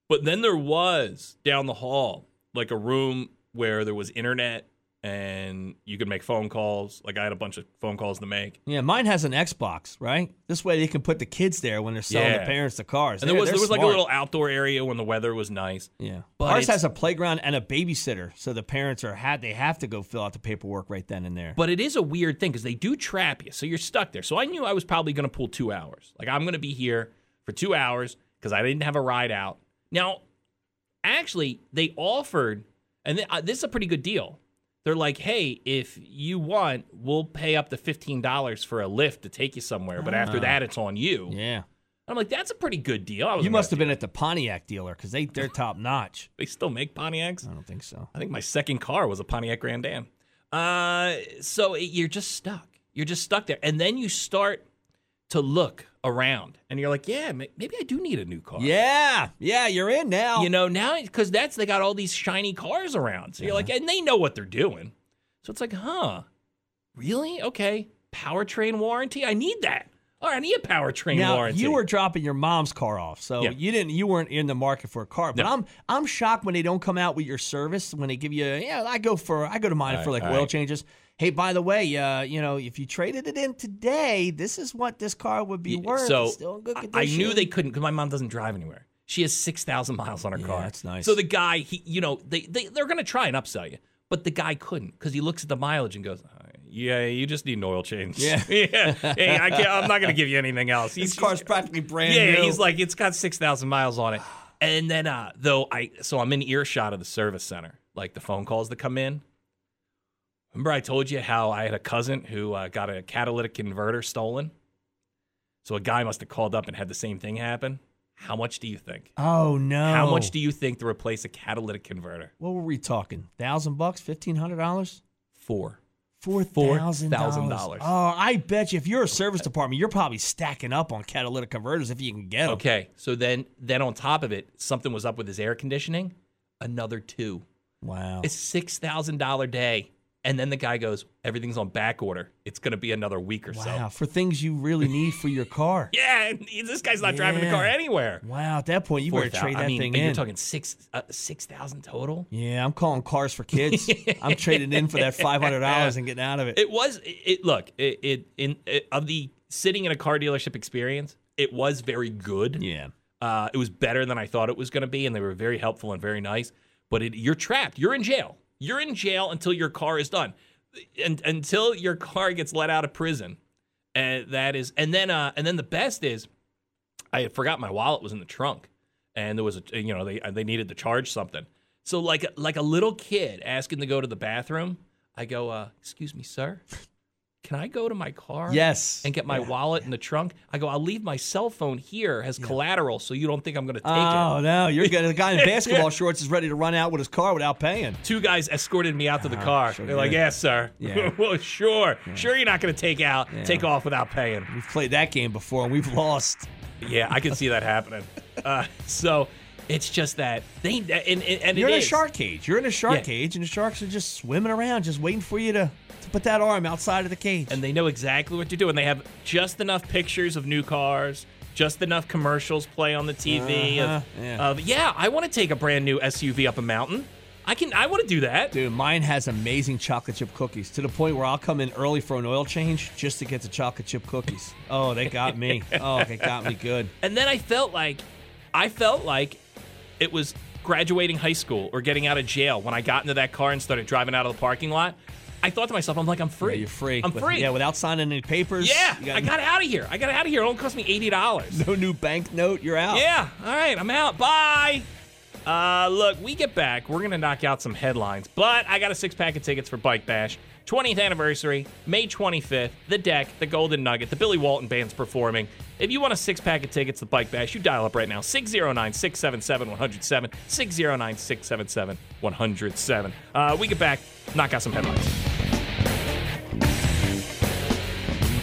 [SPEAKER 1] but then there was down the hall like a room where there was internet and you could make phone calls. Like I had a bunch of phone calls to make.
[SPEAKER 2] Yeah, mine has an Xbox, right? This way they can put the kids there when they're selling
[SPEAKER 1] Yeah.
[SPEAKER 2] the parents the cars.
[SPEAKER 1] And there
[SPEAKER 2] They're-
[SPEAKER 1] was
[SPEAKER 2] they're
[SPEAKER 1] there was like a
[SPEAKER 2] smart.
[SPEAKER 1] little outdoor area when the weather was nice.
[SPEAKER 2] yeah.
[SPEAKER 1] but
[SPEAKER 2] Ours
[SPEAKER 1] it's-
[SPEAKER 2] has a playground and a babysitter, so the parents are had they have to go fill out the paperwork right then and there.
[SPEAKER 1] But it is a weird thing because they do trap you. So you're stuck there. So I knew I was probably going to pull two hours. Like I'm going to be here for two hours because I didn't have a ride out. Now, actually, they offered, and th- uh, this is a pretty good deal. They're like, hey, if you want, we'll pay up to $15 for a lift to take you somewhere. But after that, it's on you.
[SPEAKER 2] Ah. yeah,
[SPEAKER 1] I'm like, that's a pretty good deal. I was
[SPEAKER 2] you must have been at the Pontiac dealer because they
[SPEAKER 1] <laughs>
[SPEAKER 2] they're top notch.
[SPEAKER 1] They still make Pontiacs.
[SPEAKER 2] I don't think so.
[SPEAKER 1] I think my second car was a Pontiac Grand Am. Uh, so it- you're just stuck. You're just stuck there, and then you start to look around, and you're like, "Yeah, ma- maybe I do need a new car."
[SPEAKER 2] Yeah, yeah, you're in now.
[SPEAKER 1] you know now because that's they got all these shiny cars around. So you're like, and they know what they're doing. So it's like, huh? Really? Okay. Powertrain warranty. I need that. All right, I need a powertrain
[SPEAKER 2] now
[SPEAKER 1] warranty.
[SPEAKER 2] you were dropping your mom's car off, so
[SPEAKER 1] Yeah.
[SPEAKER 2] you didn't you weren't in the market for a car. But
[SPEAKER 1] No.
[SPEAKER 2] I'm I'm shocked when they don't come out with your service when they give you yeah I go for I go to mine
[SPEAKER 1] Right,
[SPEAKER 2] for like
[SPEAKER 1] all
[SPEAKER 2] oil
[SPEAKER 1] right.
[SPEAKER 2] changes. Hey, by the way, uh, you know if you traded it in today, this is what this car would be worth.
[SPEAKER 1] So
[SPEAKER 2] It's still in good
[SPEAKER 1] I-
[SPEAKER 2] condition.
[SPEAKER 1] I knew they couldn't because my mom doesn't drive anywhere. She has six thousand miles on her car.
[SPEAKER 2] that's nice.
[SPEAKER 1] So the guy, he, you know, they they they're gonna try and upsell you, but the guy couldn't because he looks at the mileage and goes, "Uh, "Yeah, you just need an oil change.
[SPEAKER 2] Yeah.
[SPEAKER 1] <laughs> yeah. Hey, I can't,
[SPEAKER 2] <laughs>
[SPEAKER 1] I'm not gonna give you anything else.
[SPEAKER 2] This
[SPEAKER 1] He's-
[SPEAKER 2] car's practically brand
[SPEAKER 1] yeah,
[SPEAKER 2] new.
[SPEAKER 1] he's like, it's got six thousand miles on it. And then uh though I so I'm in earshot of the service center, like the phone calls that come in. Remember I told you how I had a cousin who uh, got a catalytic converter stolen? So a guy must have called up and had the same thing happen. How much do you think?
[SPEAKER 2] oh no.
[SPEAKER 1] How much do you think to replace a catalytic converter?
[SPEAKER 2] What were we talking? Thousand bucks, fifteen hundred dollars.
[SPEAKER 1] Four.
[SPEAKER 2] Four thousand
[SPEAKER 1] $4,000.
[SPEAKER 2] dollars. Oh, I bet you if you're a service department, you're probably stacking up on catalytic converters if you can get them.
[SPEAKER 1] Okay. So then then on top of it, something was up with his air conditioning. Another two.
[SPEAKER 2] Wow.
[SPEAKER 1] It's six thousand dollar day, and then the guy goes, "Everything's on back order. It's gonna be another week or
[SPEAKER 2] Wow,
[SPEAKER 1] so."
[SPEAKER 2] for things you really need for your
[SPEAKER 1] <laughs>
[SPEAKER 2] car.
[SPEAKER 1] Yeah, and this guy's not driving the
[SPEAKER 2] Yeah.
[SPEAKER 1] car anywhere.
[SPEAKER 2] Wow, at that point you better
[SPEAKER 1] $4,000.
[SPEAKER 2] trade that
[SPEAKER 1] I mean,
[SPEAKER 2] thing
[SPEAKER 1] you're
[SPEAKER 2] in.
[SPEAKER 1] talking six uh, six thousand total.
[SPEAKER 2] yeah, I'm calling cars
[SPEAKER 1] <laughs>
[SPEAKER 2] for kids. I'm trading in for that five hundred dollars and getting out of it.
[SPEAKER 1] It was it, it- look it, it in it, of the sitting in a car dealership experience. It was very good.
[SPEAKER 2] <laughs> yeah.
[SPEAKER 1] Uh, it was better than I thought it was going to be, and they were very helpful and very nice. But it, you're trapped. You're in jail. You're in jail until your car is done. and, until your car gets let out of prison. And that is, and then uh, and then the best is, I had forgot my wallet was in the trunk, and there was a you know they uh, they needed to charge something. So like like a little kid asking to go to the bathroom, I go, uh, excuse me, sir, can I go to my car?
[SPEAKER 2] Yes.
[SPEAKER 1] and get my wallet in the trunk. I go, I'll leave my cell phone here as collateral, so you don't think I'm going to take it.
[SPEAKER 2] Oh no, you're good. The guy
[SPEAKER 1] <laughs>
[SPEAKER 2] in basketball shorts is ready to run out with his car without paying.
[SPEAKER 1] two guys escorted me out to the car.
[SPEAKER 2] Oh, sure
[SPEAKER 1] They're like,
[SPEAKER 2] did.
[SPEAKER 1] "Yeah, sir.
[SPEAKER 2] Yeah.
[SPEAKER 1] <laughs> well, sure. Sure, you're not going to take out, take off without paying."
[SPEAKER 2] We've played that game before and we've <laughs> lost.
[SPEAKER 1] Yeah, I can see that happening. Uh, so it's just that they and and, and
[SPEAKER 2] You're
[SPEAKER 1] it
[SPEAKER 2] in a
[SPEAKER 1] is.
[SPEAKER 2] shark cage. You're in a shark
[SPEAKER 1] Yeah.
[SPEAKER 2] cage, and the sharks are just swimming around, just waiting for you to, to put that arm outside of the cage.
[SPEAKER 1] and they know exactly what to do, and they have just enough pictures of new cars. Just enough commercials play on the TV
[SPEAKER 2] Uh-huh,
[SPEAKER 1] of,
[SPEAKER 2] yeah.
[SPEAKER 1] of yeah, I want to take a brand new SUV up a mountain. I can, I want to do that.
[SPEAKER 2] Dude, mine has amazing chocolate chip cookies to the point where I'll come in early for an oil change just to get the chocolate chip cookies. Oh, they got <laughs> me. Oh, they got me good.
[SPEAKER 1] And then I felt like I felt like it was graduating high school or getting out of jail when I got into that car and started driving out of the parking lot. I thought to myself, I'm like, I'm free.
[SPEAKER 2] Yeah, you're free.
[SPEAKER 1] I'm
[SPEAKER 2] With-
[SPEAKER 1] free.
[SPEAKER 2] Yeah, without signing any papers.
[SPEAKER 1] yeah,
[SPEAKER 2] You got
[SPEAKER 1] I got out of here. I got out of here. It only cost me eighty dollars.
[SPEAKER 2] <laughs> no new banknote. You're out.
[SPEAKER 1] Yeah. All right. I'm out. Bye. Uh, look, we get back. We're gonna knock out some headlines, but I got a six pack of tickets for Bike Bash, 20th anniversary, May 25th. The Deck, the Golden Nugget, the Billy Walton Band's performing. If you want a six pack of tickets to Bike Bash, you dial up right now 609-677-107, 609-677-107. Uh, we get back, knock out some headlines.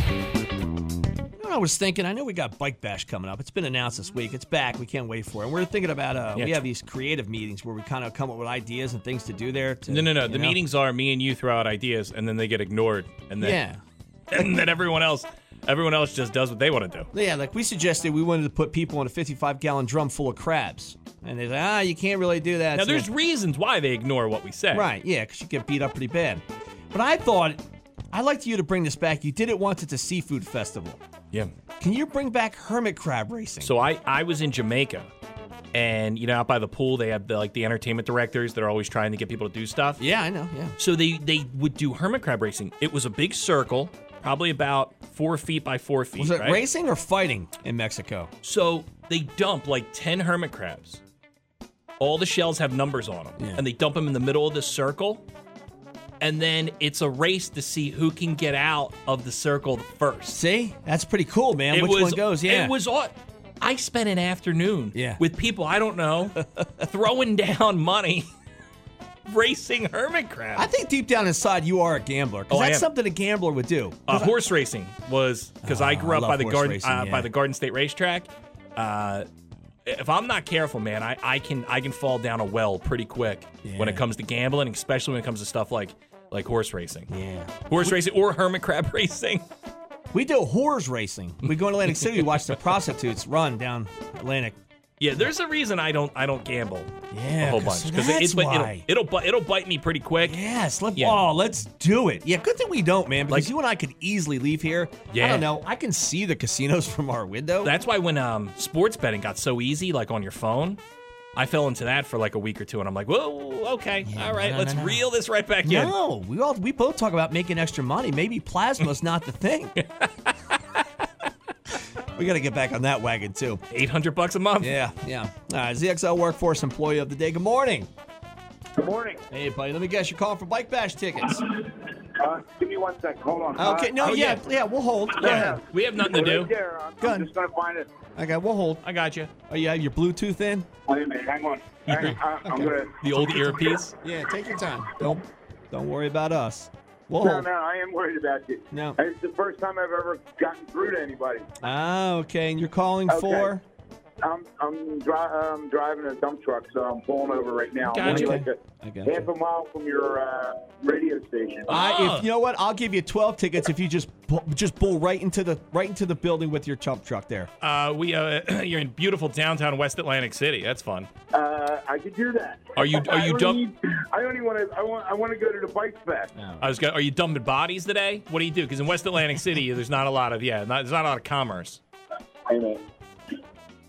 [SPEAKER 2] You know what I was thinking? I know we got Bike Bash coming up. It's been announced this week. It's back. We can't wait for it. And we're thinking about uh, we
[SPEAKER 1] Yeah.
[SPEAKER 2] have these creative meetings where we kind of come up with ideas and things to do there. To,
[SPEAKER 1] No, no, no.
[SPEAKER 2] you
[SPEAKER 1] The
[SPEAKER 2] know?
[SPEAKER 1] meetings are me and you throw out ideas, and then they get ignored, and then
[SPEAKER 2] Yeah.
[SPEAKER 1] <laughs> and then everyone else, everyone else just does what they want to do.
[SPEAKER 2] Yeah, like we suggested, we wanted to put people in a 55 gallon drum full of crabs. And they said, ah, you can't really do that.
[SPEAKER 1] Now,
[SPEAKER 2] It's
[SPEAKER 1] there's
[SPEAKER 2] not-
[SPEAKER 1] reasons why they ignore what we say.
[SPEAKER 2] Right, yeah, because you get beat up pretty bad. But I thought, I'd like you to bring this back. You did it once at the seafood festival.
[SPEAKER 1] Yeah.
[SPEAKER 2] Can you bring back hermit crab racing?
[SPEAKER 1] So I, I was in Jamaica, and you know, out by the pool, they have the, like the entertainment directors that are always trying to get people to do stuff.
[SPEAKER 2] yeah, I know, yeah.
[SPEAKER 1] So they they would do hermit crab racing. It was a big circle, probably about four feet by four feet.
[SPEAKER 2] Was it
[SPEAKER 1] right?
[SPEAKER 2] racing or fighting in Mexico?
[SPEAKER 1] So they dump like 10 hermit crabs. All the shells have numbers on them. And they dump them in the middle of the circle. And then it's a race to see who can get out of the circle first.
[SPEAKER 2] See? That's pretty cool, man. Which one goes? Yeah.
[SPEAKER 1] It was all. I spent an afternoon
[SPEAKER 2] Yeah.
[SPEAKER 1] with people I
[SPEAKER 2] <laughs>
[SPEAKER 1] don't know throwing down money <laughs> racing hermit crabs.
[SPEAKER 2] I think deep down inside you are a gambler. Because
[SPEAKER 1] Oh, I
[SPEAKER 2] that's
[SPEAKER 1] am.
[SPEAKER 2] something a gambler would do.
[SPEAKER 1] Uh, horse racing was because I
[SPEAKER 2] Ah, I
[SPEAKER 1] grew up
[SPEAKER 2] love
[SPEAKER 1] by the
[SPEAKER 2] horse
[SPEAKER 1] garden
[SPEAKER 2] racing,
[SPEAKER 1] uh,
[SPEAKER 2] yeah.
[SPEAKER 1] by the Garden State Racetrack. Uh, if I'm not careful, man, I, I can I can fall down a well pretty quick when it
[SPEAKER 2] Yeah.
[SPEAKER 1] comes to gambling, especially when it comes to stuff like like horse racing,
[SPEAKER 2] Yeah.
[SPEAKER 1] horse racing or hermit crab <laughs> racing.
[SPEAKER 2] We do whores racing. We go in Atlantic City, we watch the <laughs> prostitutes run down Atlantic.
[SPEAKER 1] Yeah, there's a reason I don't I don't gamble
[SPEAKER 2] Yeah,
[SPEAKER 1] a whole
[SPEAKER 2] 'cause
[SPEAKER 1] bunch it,
[SPEAKER 2] that's
[SPEAKER 1] it's- but
[SPEAKER 2] why.
[SPEAKER 1] it'll it'll, bu- it'll bite me pretty quick.
[SPEAKER 2] Yes, let,
[SPEAKER 1] Yeah.
[SPEAKER 2] oh, let's do it. Yeah, good thing we don't, man, because
[SPEAKER 1] Like-
[SPEAKER 2] you and I could easily leave here. I
[SPEAKER 1] Yeah.
[SPEAKER 2] don't know. I can see the casinos <laughs> from our window.
[SPEAKER 1] That's why when um sports betting got so easy, like on your phone, I fell into that for like a week or two, and I'm like, whoa, okay,
[SPEAKER 2] Yeah,
[SPEAKER 1] all right,
[SPEAKER 2] no, no,
[SPEAKER 1] let's
[SPEAKER 2] no, no.
[SPEAKER 1] reel this right back in.
[SPEAKER 2] no, we all we both talk about making extra money. Maybe plasma's not the
[SPEAKER 1] <laughs>
[SPEAKER 2] thing. we got to get back on that wagon too.
[SPEAKER 1] 800 bucks a month.
[SPEAKER 2] Yeah, yeah. All right, ZXL Workforce Employee of the Day. Good morning.
[SPEAKER 4] Good morning.
[SPEAKER 2] Hey, buddy. Let me guess. You're calling for Bike Bash tickets.
[SPEAKER 4] Uh, give me one second. Hold on. Uh,
[SPEAKER 2] Okay. No.
[SPEAKER 1] Oh,
[SPEAKER 2] yeah,
[SPEAKER 1] yeah.
[SPEAKER 2] yeah. We'll hold. Go
[SPEAKER 1] Yeah,
[SPEAKER 2] ahead.
[SPEAKER 1] we have nothing to
[SPEAKER 4] Right
[SPEAKER 1] do.
[SPEAKER 4] there. I'm,
[SPEAKER 2] Go ahead.
[SPEAKER 4] I'm just going to find it.
[SPEAKER 2] Okay. We'll hold.
[SPEAKER 1] I got you.
[SPEAKER 2] Oh, you have your Bluetooth in?
[SPEAKER 4] Wait a minute.
[SPEAKER 1] <laughs>
[SPEAKER 4] Hang on. Hang on. I, I'm going to.
[SPEAKER 1] The old earpiece.
[SPEAKER 2] Yeah. Take your time. Don't don't worry about us. We'll
[SPEAKER 4] No,
[SPEAKER 2] hold.
[SPEAKER 4] no, I am worried about you.
[SPEAKER 2] Oh. No.
[SPEAKER 4] It's the first time I've ever gotten through to anybody.
[SPEAKER 2] Ah, okay. And you're calling
[SPEAKER 4] Okay.
[SPEAKER 2] for?
[SPEAKER 4] I'm I'm, dri- I'm driving a dump truck, so I'm pulling over right now. I'm
[SPEAKER 1] Gotcha.
[SPEAKER 4] only like
[SPEAKER 2] I
[SPEAKER 4] a,
[SPEAKER 2] gotcha.
[SPEAKER 4] half a mile from your uh, radio station.
[SPEAKER 2] I,
[SPEAKER 1] Ah.
[SPEAKER 2] if you know what, I'll give you 12 tickets if you just bu- just bull right into the right into the building with your chump truck there.
[SPEAKER 1] Uh, we uh, <clears throat> you're in beautiful downtown West Atlantic City. That's fun.
[SPEAKER 4] Uh, I could do that.
[SPEAKER 1] Are you- are
[SPEAKER 4] I
[SPEAKER 1] you
[SPEAKER 4] don't
[SPEAKER 1] dump-
[SPEAKER 4] need- I only want to. I want. I want to go to the bike fest.
[SPEAKER 2] Oh.
[SPEAKER 1] I was going. Are you dumping bodies today? What do you do? Because in West Atlantic City, there's not a lot of yeah, not, there's not a lot of commerce.
[SPEAKER 4] Hey, man.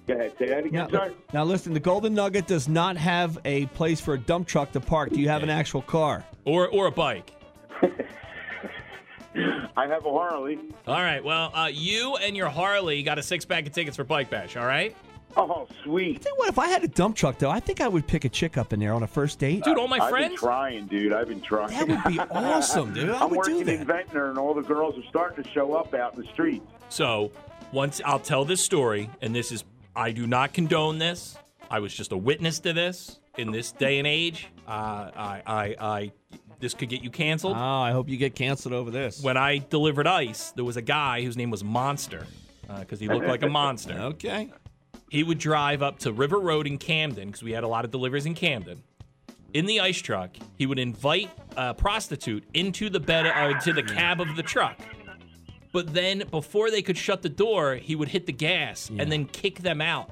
[SPEAKER 4] Go ahead. Say that
[SPEAKER 2] Now,
[SPEAKER 4] again. Sorry.
[SPEAKER 2] now listen, the Golden Nugget does not have a place for a dump truck to park. Do you have an actual car?
[SPEAKER 1] Or or a bike.
[SPEAKER 4] I have a Harley.
[SPEAKER 1] All right. Well, uh, you and your Harley got a six pack of tickets for Bike Bash. All right,
[SPEAKER 4] Oh, sweet.
[SPEAKER 2] Tell you what, if I had a dump truck, though, I think I would pick a chick up in there on a first date.
[SPEAKER 1] dude. All my
[SPEAKER 4] I've been
[SPEAKER 1] friends.
[SPEAKER 4] trying, dude. I've been trying.
[SPEAKER 2] that would
[SPEAKER 4] <laughs>
[SPEAKER 2] be awesome, dude. I
[SPEAKER 4] I'm
[SPEAKER 2] would
[SPEAKER 4] working
[SPEAKER 2] do
[SPEAKER 4] in
[SPEAKER 2] that.
[SPEAKER 4] Ventnor, and all the girls are starting to show up out in the streets.
[SPEAKER 1] So once I'll tell this story, and this is I do not condone this. I was just a witness to this in this day and age. Uh, I, I, I, this could get you
[SPEAKER 2] Oh,
[SPEAKER 1] canceled.
[SPEAKER 2] I hope you get canceled over this.
[SPEAKER 1] when I delivered ice, there was a guy whose name was Monster because he looked like a monster.
[SPEAKER 2] <laughs> okay.
[SPEAKER 1] He would drive up to River Road in Camden because we had a lot of deliveries in Camden. In the ice truck, he would invite a prostitute into the bed or into the cab of the truck. But then, before they could shut the door, he would hit the gas and then kick them out,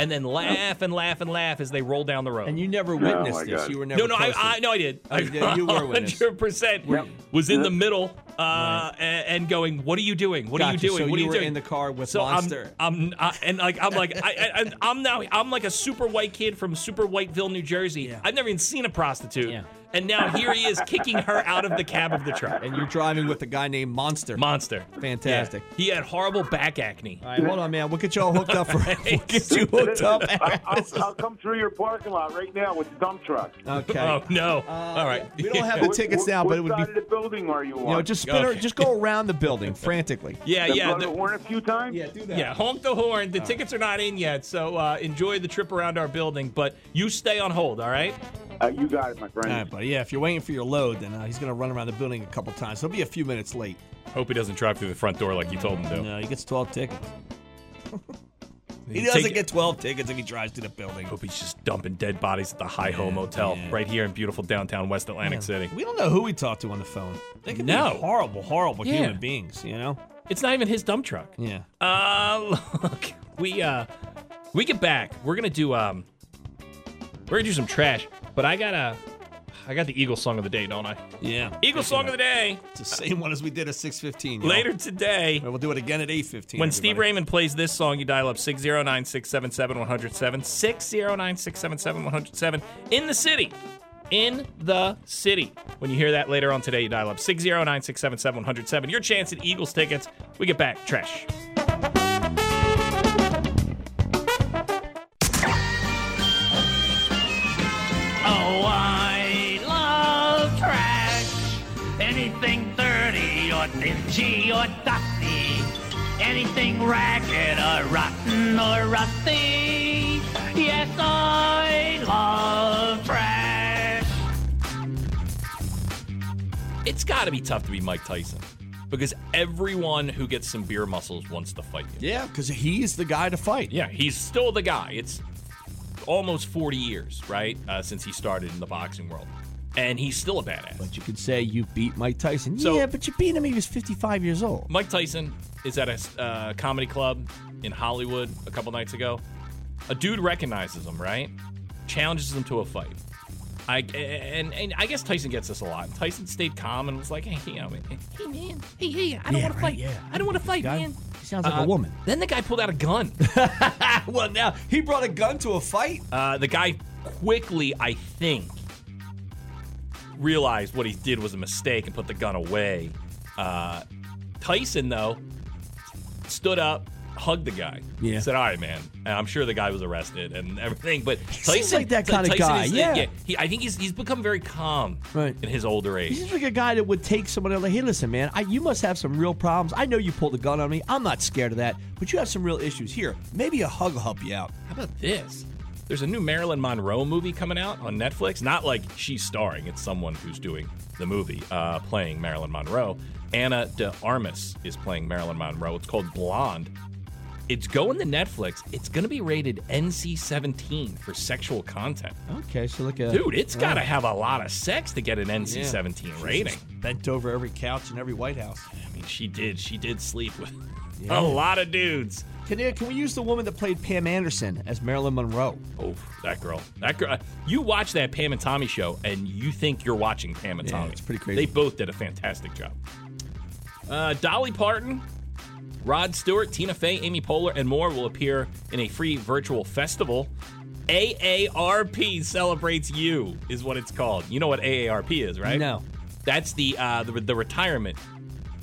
[SPEAKER 1] and then laugh and laugh and laugh as they roll down the road.
[SPEAKER 2] And you never witnessed
[SPEAKER 4] Oh, my
[SPEAKER 2] this.
[SPEAKER 4] God.
[SPEAKER 2] You were never.
[SPEAKER 1] no, no, I,
[SPEAKER 2] close to
[SPEAKER 1] I, no, I did. I,
[SPEAKER 2] yeah, you were
[SPEAKER 1] <laughs>
[SPEAKER 2] with us.
[SPEAKER 1] 100% was in the middle uh, a- and going, "What are you doing? What are
[SPEAKER 2] Gotcha.
[SPEAKER 1] you doing?
[SPEAKER 2] So
[SPEAKER 1] what are
[SPEAKER 2] you
[SPEAKER 1] you
[SPEAKER 2] were
[SPEAKER 1] doing?"
[SPEAKER 2] in the car with
[SPEAKER 1] so
[SPEAKER 2] Monster.
[SPEAKER 1] I'm, I'm I, and like I'm like I, I, I'm- I'm now I'm like a super white kid from super whiteville, New Jersey. I've never even seen a prostitute,
[SPEAKER 2] Yeah.
[SPEAKER 1] and now here he is kicking her out of the cab of the truck.
[SPEAKER 2] and you're driving with a guy named Monster.
[SPEAKER 1] Monster,
[SPEAKER 2] Fantastic.
[SPEAKER 1] Yeah. He had horrible back acne.
[SPEAKER 2] All right, hold on, man. We'll get y'all hooked
[SPEAKER 1] <laughs>
[SPEAKER 2] up. For, <laughs> we'll get you hooked
[SPEAKER 4] <laughs>
[SPEAKER 2] up.
[SPEAKER 4] I, I'll, I'll come through your parking lot right now with the dump truck.
[SPEAKER 2] Okay. Uh,
[SPEAKER 1] Oh no! All right,
[SPEAKER 2] We don't have the tickets
[SPEAKER 4] What-
[SPEAKER 2] now, but
[SPEAKER 4] what
[SPEAKER 2] it would be.
[SPEAKER 4] side of the building are you on?
[SPEAKER 2] You know, just spin or
[SPEAKER 1] Okay.
[SPEAKER 2] just go around the building frantically.
[SPEAKER 1] <laughs> yeah,
[SPEAKER 4] Then
[SPEAKER 1] yeah.
[SPEAKER 4] blow the
[SPEAKER 1] the-
[SPEAKER 4] horn a few times.
[SPEAKER 2] Yeah, do that.
[SPEAKER 1] Yeah, honk the horn. The tickets are not in yet, so uh, enjoy the trip around our building. But you stay on hold, all right?
[SPEAKER 4] Uh, you got it, my friend.
[SPEAKER 2] All right, buddy. Yeah, if you're waiting for your load, then uh, he's gonna run around the building a couple times. He'll be a few minutes late.
[SPEAKER 1] Hope he doesn't drive through the front door like you told him
[SPEAKER 2] No, Oh. he gets 12 tickets. He doesn't get 12 tickets if he drives to the building.
[SPEAKER 1] Hope he's just dumping dead bodies at the High Home Motel
[SPEAKER 2] yeah.
[SPEAKER 1] right here in beautiful downtown West Atlantic City.
[SPEAKER 2] We don't know who we talked to on the phone. They could
[SPEAKER 1] No.
[SPEAKER 2] be horrible, horrible
[SPEAKER 1] Yeah.
[SPEAKER 2] human beings. You know?
[SPEAKER 1] It's not even his dump truck.
[SPEAKER 2] Yeah.
[SPEAKER 1] Uh, <laughs> look, we uh, we get back. We're gonna do um, we're gonna do some trash. But I got a, I got the Eagle song of the day, don't I?
[SPEAKER 2] Yeah.
[SPEAKER 1] Eagle song of the day
[SPEAKER 2] It's the same one as we did at 6:15. y'all.
[SPEAKER 1] later today.
[SPEAKER 2] All right, we'll do it again at 8:15.
[SPEAKER 1] When Steve
[SPEAKER 2] everybody.
[SPEAKER 1] Raymond plays this song, you dial up 609 677 107. 609 677 107 in the city. In the city. When you hear that later on today, you dial up 609 677 107. Your chance at Eagles tickets. We get back. Trash.
[SPEAKER 5] Oh, I love trash. Anything dirty or dingy or dusty. Anything ragged or rotten or rusty. Yes, I love trash.
[SPEAKER 1] It's got to be tough to be Mike Tyson because everyone who gets some beer muscles wants to fight you.
[SPEAKER 2] Yeah, because he's the guy to fight.
[SPEAKER 1] Yeah, he's still the guy. It's almost 40 years, right? Uh, since he started in the boxing world. And he's still a badass.
[SPEAKER 2] But you could say you beat Mike Tyson.
[SPEAKER 1] So-
[SPEAKER 2] yeah, but you beat him. He was 55 years old.
[SPEAKER 1] Mike Tyson is at a uh, comedy club in Hollywood a couple nights ago. A dude recognizes him, right? Challenges him to a fight. I and and I guess Tyson gets this a lot. Tyson stayed calm and was like, "Hey, you know, hey man, hey hey, I don't want to fight. I don't want to fight,
[SPEAKER 2] guy-
[SPEAKER 1] man."
[SPEAKER 2] He sounds like
[SPEAKER 1] Uh,
[SPEAKER 2] a woman.
[SPEAKER 1] Then the guy pulled out a gun.
[SPEAKER 2] <laughs> well, now he brought a gun to a fight.
[SPEAKER 1] Uh, the guy quickly, I think, realized what he did was a mistake and put the gun away. Uh, Tyson, though, stood up, hugged the guy,
[SPEAKER 2] Yeah.
[SPEAKER 1] said, "All right, man." And I'm sure the guy was arrested and everything, but Tyson,
[SPEAKER 2] seems like that
[SPEAKER 1] Ty-
[SPEAKER 2] kinda
[SPEAKER 1] Tyson
[SPEAKER 2] guy,
[SPEAKER 1] is-
[SPEAKER 2] yeah.
[SPEAKER 1] he, I think he's he's become very calm
[SPEAKER 2] Right.
[SPEAKER 1] in his older
[SPEAKER 2] He's
[SPEAKER 1] age.
[SPEAKER 2] just like a guy that would take someone else. Like, hey, listen, man, I, you must have some real problems. I know you pulled a gun on me. I'm not scared of that, but you have some real issues. Here, maybe a hug will help you out.
[SPEAKER 1] How about this? There's a new Marilyn Monroe movie coming out on Netflix. Not like she's starring, it's someone who's doing the movie, uh, playing Marilyn Monroe. Anna de Armas is playing Marilyn Monroe. It's called Blonde. It's going to Netflix. It's going to be rated NC 17 for sexual content.
[SPEAKER 2] Okay, so look at Uh,
[SPEAKER 1] Dude, it's got to have a lot of sex to get an NC 17 rating.
[SPEAKER 2] Bent over every couch in every White House.
[SPEAKER 1] I mean, she did. She did sleep with a lot of dudes.
[SPEAKER 2] Can, uh, can we use the woman that played Pam Anderson as Marilyn Monroe?
[SPEAKER 1] Oh, that girl. That girl. You watch that Pam and Tommy show and you think you're watching Pam and
[SPEAKER 2] Yeah,
[SPEAKER 1] Tommy.
[SPEAKER 2] it's pretty crazy.
[SPEAKER 1] They both did a fantastic job. Uh, Dolly Parton, Rod Stewart, Tina Fey, Amy Poehler, and more will appear in a free virtual festival. AARP celebrates you is what it's called. You know what AARP is, right?
[SPEAKER 2] No.
[SPEAKER 1] That's the uh, the, the retirement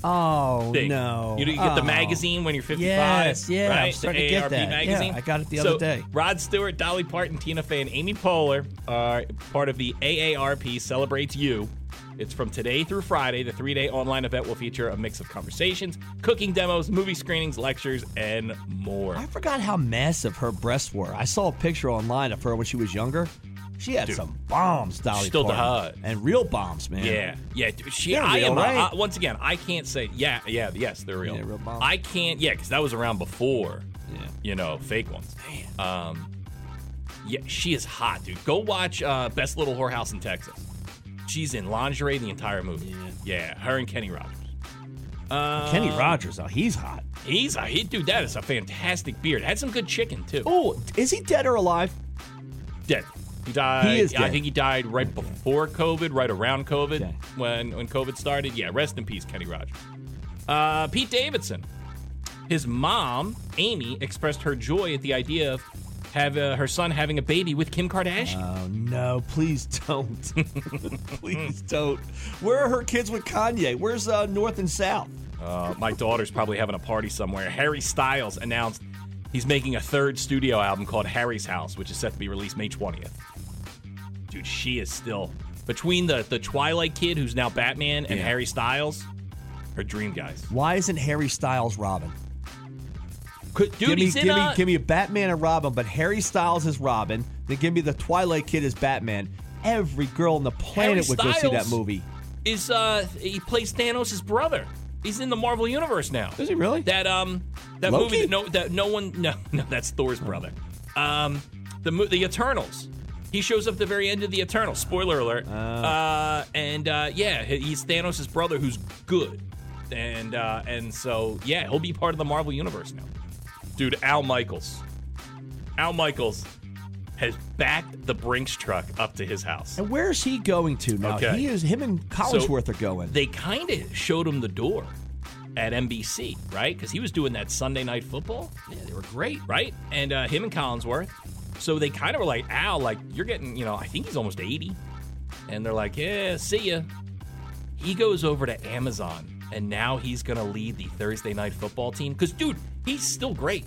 [SPEAKER 2] Oh
[SPEAKER 1] thing.
[SPEAKER 2] no!
[SPEAKER 1] You, know, you get the
[SPEAKER 2] Oh.
[SPEAKER 1] magazine when you're 55.
[SPEAKER 2] Yes, yeah, I'm
[SPEAKER 1] right?
[SPEAKER 2] starting
[SPEAKER 1] the
[SPEAKER 2] to get
[SPEAKER 1] AARP
[SPEAKER 2] that. Yeah,
[SPEAKER 1] magazine.
[SPEAKER 2] I got it the
[SPEAKER 1] So,
[SPEAKER 2] other day.
[SPEAKER 1] Rod Stewart, Dolly Parton, Tina Fey, and Amy Poehler are part of the AARP Celebrates You. It's from today through Friday. The three day online event will feature a mix of conversations, cooking demos, movie screenings, lectures, and more.
[SPEAKER 2] I forgot how massive her breasts were. I saw a picture online of her when she was younger. She had
[SPEAKER 1] Dude.
[SPEAKER 2] some bombs, Dolly
[SPEAKER 1] Still the
[SPEAKER 2] Parton.
[SPEAKER 1] hot.
[SPEAKER 2] and real bombs, man.
[SPEAKER 1] Yeah, yeah. dude, She,
[SPEAKER 2] They're
[SPEAKER 1] I
[SPEAKER 2] real,
[SPEAKER 1] am.
[SPEAKER 2] right?
[SPEAKER 1] I, once again, I can't say. Yeah, yeah, yes, they're real.
[SPEAKER 2] Yeah, real bombs.
[SPEAKER 1] I can't. Yeah, because that was around before.
[SPEAKER 2] Yeah.
[SPEAKER 1] You know, fake ones. Um, yeah, she is hot, dude. Go watch uh, Best Little Whorehouse in Texas. She's in lingerie the entire movie. Yeah, her and Kenny Rogers. Uh,
[SPEAKER 2] Kenny Rogers, oh, he's hot.
[SPEAKER 1] he's a he, dude. That is a fantastic beard. Had some good chicken too.
[SPEAKER 2] Oh, is he dead or alive?
[SPEAKER 1] Dead. He died.
[SPEAKER 2] He is
[SPEAKER 1] I
[SPEAKER 2] dead.
[SPEAKER 1] think he died right before COVID, right around COVID,
[SPEAKER 2] Okay.
[SPEAKER 1] when when COVID started. Yeah, rest in peace, Kenny Rogers. Uh, Pete Davidson. His mom, Amy, expressed her joy at the idea of have uh, her son having a baby with Kim Kardashian.
[SPEAKER 2] Oh no! Please don't. <laughs> please don't. Where are her kids with Kanye? Where's uh, North and South?
[SPEAKER 1] Uh, my daughter's probably having a party somewhere. Harry Styles announced he's making a third studio album called Harry's House, which is set to be released May 20th. Dude, she is still between the the Twilight kid who's now Batman and
[SPEAKER 2] Yeah.
[SPEAKER 1] Harry Styles, her dream guys.
[SPEAKER 2] Why isn't Harry Styles Robin?
[SPEAKER 1] Could, dude,
[SPEAKER 2] give me,
[SPEAKER 1] he's in uh,
[SPEAKER 2] give
[SPEAKER 1] a-
[SPEAKER 2] me, give me a Batman and Robin, but Harry Styles is Robin. Then give me the Twilight Kid as Batman. Every girl on the planet would go see that
[SPEAKER 1] Styles?
[SPEAKER 2] movie.
[SPEAKER 1] is uh he plays Thanos' brother. He's in the Marvel universe now.
[SPEAKER 2] Is he really?
[SPEAKER 1] That um that
[SPEAKER 2] Loki?
[SPEAKER 1] movie that no that no one <laughs> no no that's Thor's brother. Um the mo- the Eternals. He shows up at the very end of the Eternals. Spoiler alert. Uh, and uh, yeah, he- he's Thanos' brother who's good. And uh, and so yeah, he'll be part of the Marvel universe now. Dude, Al Michaels. Al Michaels has backed the Brinks truck up to his house.
[SPEAKER 2] And where is he going to now?
[SPEAKER 1] Okay.
[SPEAKER 2] He is him and Collinsworth
[SPEAKER 1] So,
[SPEAKER 2] are going.
[SPEAKER 1] They kind of showed him the door at NBC, right? Because he was doing that Sunday night football. Yeah, they were great, right? And uh, him and Collinsworth. So they kind of were like, Al, like, you're getting, you know, I think he's almost 80. And they're like, yeah, see ya. He goes over to Amazon, and now he's going to lead the Thursday night football team. Because, dude, he's still great.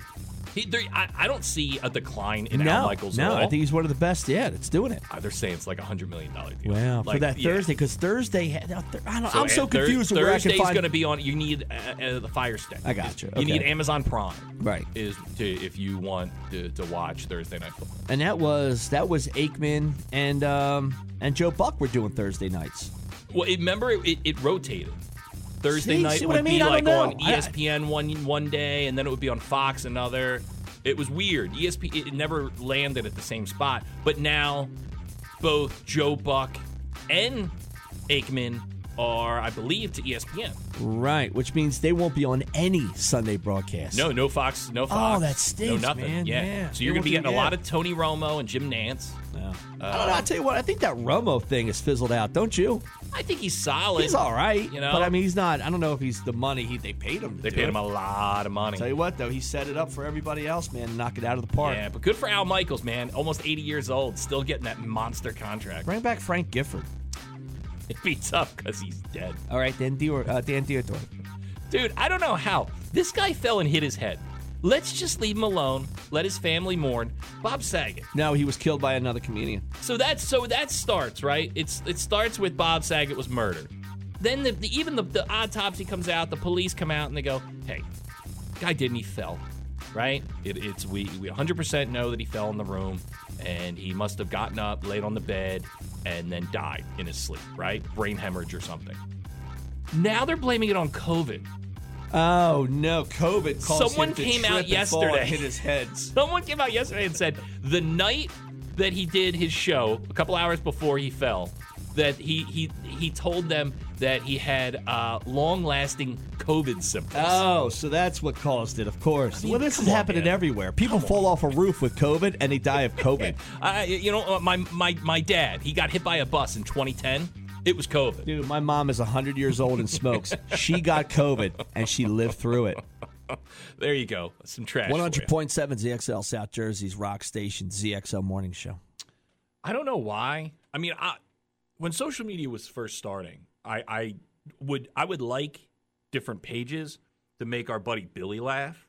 [SPEAKER 1] He, there, I, I don't see a decline in Al
[SPEAKER 2] no,
[SPEAKER 1] Michaels at
[SPEAKER 2] no,
[SPEAKER 1] all.
[SPEAKER 2] I think he's one of the best. Yeah, that's doing it.
[SPEAKER 1] Uh, they're saying it's like a $100 million deal.
[SPEAKER 2] Wow, for
[SPEAKER 1] Like,
[SPEAKER 2] that
[SPEAKER 1] yeah.
[SPEAKER 2] Thursday, because Thursday, had- now Thur- I don't, I'm so
[SPEAKER 1] and Thur-
[SPEAKER 2] confused with where I can
[SPEAKER 1] Thursday's
[SPEAKER 2] find.
[SPEAKER 1] going to be on. You need uh, uh, the Fire Stick.
[SPEAKER 2] I got you.
[SPEAKER 1] You need
[SPEAKER 2] Okay.
[SPEAKER 1] Amazon Prime.
[SPEAKER 2] Right.
[SPEAKER 1] Is to if you want to, to watch Thursday Night Football.
[SPEAKER 2] and that was that was Aikman and um and Joe Buck were doing Thursday nights.
[SPEAKER 1] Well, it- remember it, it, it rotated. Thursday
[SPEAKER 2] See-
[SPEAKER 1] night
[SPEAKER 2] see
[SPEAKER 1] would
[SPEAKER 2] what I mean?
[SPEAKER 1] be
[SPEAKER 2] I
[SPEAKER 1] like
[SPEAKER 2] don't
[SPEAKER 1] on E
[SPEAKER 2] know. I-
[SPEAKER 1] ESPN one one day, and then it would be on Fox another. It was weird. ESP it never landed at the same spot. But now, both Joe Buck and Aikman are, I believe, to E ESPN.
[SPEAKER 2] Right, which means they won't be on any Sunday broadcast.
[SPEAKER 1] No, no Fox, no Fox.
[SPEAKER 2] Oh, that stinks,
[SPEAKER 1] No nothing.
[SPEAKER 2] man.
[SPEAKER 1] Yeah.
[SPEAKER 2] Yeah.
[SPEAKER 1] So you're
[SPEAKER 2] They
[SPEAKER 1] gonna
[SPEAKER 2] won't
[SPEAKER 1] be
[SPEAKER 2] do
[SPEAKER 1] getting a
[SPEAKER 2] that.
[SPEAKER 1] lot of Tony Romo and Jim Nance.
[SPEAKER 2] No.
[SPEAKER 1] uh,
[SPEAKER 2] I don't know. I tell you what, I think that Romo thing has fizzled out, don't you?
[SPEAKER 1] I think he's solid.
[SPEAKER 2] He's all right,
[SPEAKER 1] You know?
[SPEAKER 2] but I mean, he's not. I don't know if he's the money he they paid him. To
[SPEAKER 1] They
[SPEAKER 2] do
[SPEAKER 1] paid
[SPEAKER 2] it.
[SPEAKER 1] him a lot of money.
[SPEAKER 2] Tell you what, though, he set it up for everybody else, man. Knock it out of the park.
[SPEAKER 1] yeah, but good for Al Michaels, man. Almost 80 years old, still getting that monster contract.
[SPEAKER 2] Bring back Frank Gifford.
[SPEAKER 1] It'd be tough because he's dead.
[SPEAKER 2] All right, Dan Dior, uh, Dan Diodore.
[SPEAKER 1] Dude, I don't know how. This guy fell and hit his head. Let's just leave him alone. Let his family mourn. Bob Saget.
[SPEAKER 2] No, he was killed by another comedian.
[SPEAKER 1] So that's so that starts right. It's it starts with Bob Saget was murdered. Then the, the even the, the autopsy comes out. The police come out and they go, "Hey, guy didn't. He fell, right? It, it's we we 100% know that he fell in the room, and he must have gotten up, laid on the bed, and then died in his sleep, right? Brain hemorrhage or something. Now they're blaming it on COVID.
[SPEAKER 2] Oh no, COVID caused
[SPEAKER 1] Someone
[SPEAKER 2] him to
[SPEAKER 1] came
[SPEAKER 2] trip
[SPEAKER 1] out
[SPEAKER 2] and fall and
[SPEAKER 1] yesterday.
[SPEAKER 2] hit his head.
[SPEAKER 1] Someone came out yesterday and said the night that he did his show, a couple hours before he fell, that he he he told them that he had uh, long-lasting COVID symptoms.
[SPEAKER 2] Oh, so that's what caused it, of course.
[SPEAKER 1] mean,
[SPEAKER 2] well, this
[SPEAKER 1] come
[SPEAKER 2] is
[SPEAKER 1] on,
[SPEAKER 2] happening
[SPEAKER 1] man.
[SPEAKER 2] everywhere. People fall off a roof with COVID and they die
[SPEAKER 1] <laughs>
[SPEAKER 2] of COVID.
[SPEAKER 1] I, you know, uh, my my my dad, he got hit by a bus in 2010. It was COVID. <laughs>
[SPEAKER 2] Dude, my mom is 100 years old and smokes. she got COVID and she lived through it.
[SPEAKER 1] There you go. Some trash. for you.
[SPEAKER 2] 100.7 ZXL South Jersey's Rock Station ZXL Morning Show.
[SPEAKER 1] I don't know why. I mean, I, when social media was first starting, I, I would I would like different pages to make our buddy Billy laugh,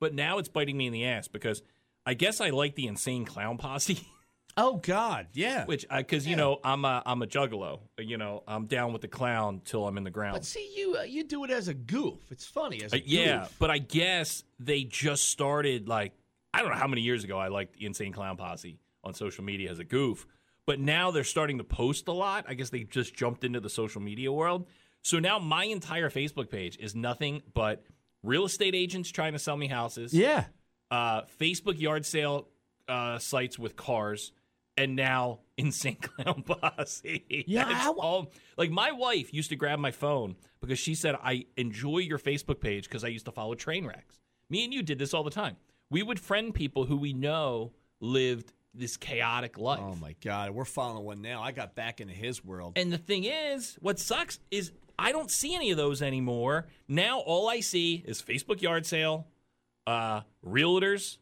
[SPEAKER 1] but now it's biting me in the ass because I guess I like the insane clown posse, <laughs>
[SPEAKER 2] Oh God, yeah.
[SPEAKER 1] which because you know I'm a I'm a juggalo, you know I'm down with the clown till I'm in the ground.
[SPEAKER 2] But see, you uh, you do it as a goof. It's funny as a
[SPEAKER 1] Oh. Uh, yeah,
[SPEAKER 2] goof.
[SPEAKER 1] but I guess they just started like I don't know how many years ago I liked the Insane Clown Posse on social media as a goof, but now they're starting to post a lot. I guess they just jumped into the social media world. So now my entire Facebook page is nothing but real estate agents trying to sell me houses,
[SPEAKER 2] yeah.
[SPEAKER 1] uh, Facebook yard sale uh, sites with cars, and now <laughs> Insane Clown Posse.
[SPEAKER 2] Yeah,
[SPEAKER 1] That's
[SPEAKER 2] I-
[SPEAKER 1] all- like my wife used to grab my phone because she said, I enjoy your Facebook page because I used to follow train wrecks. Me and you did this all the time. We would friend people who we know lived this chaotic life.
[SPEAKER 2] Oh my God, we're following one now. I got back into his world.
[SPEAKER 1] And the thing is, what sucks is I don't see any of those anymore. Now all I see is Facebook yard sale, uh, realtors,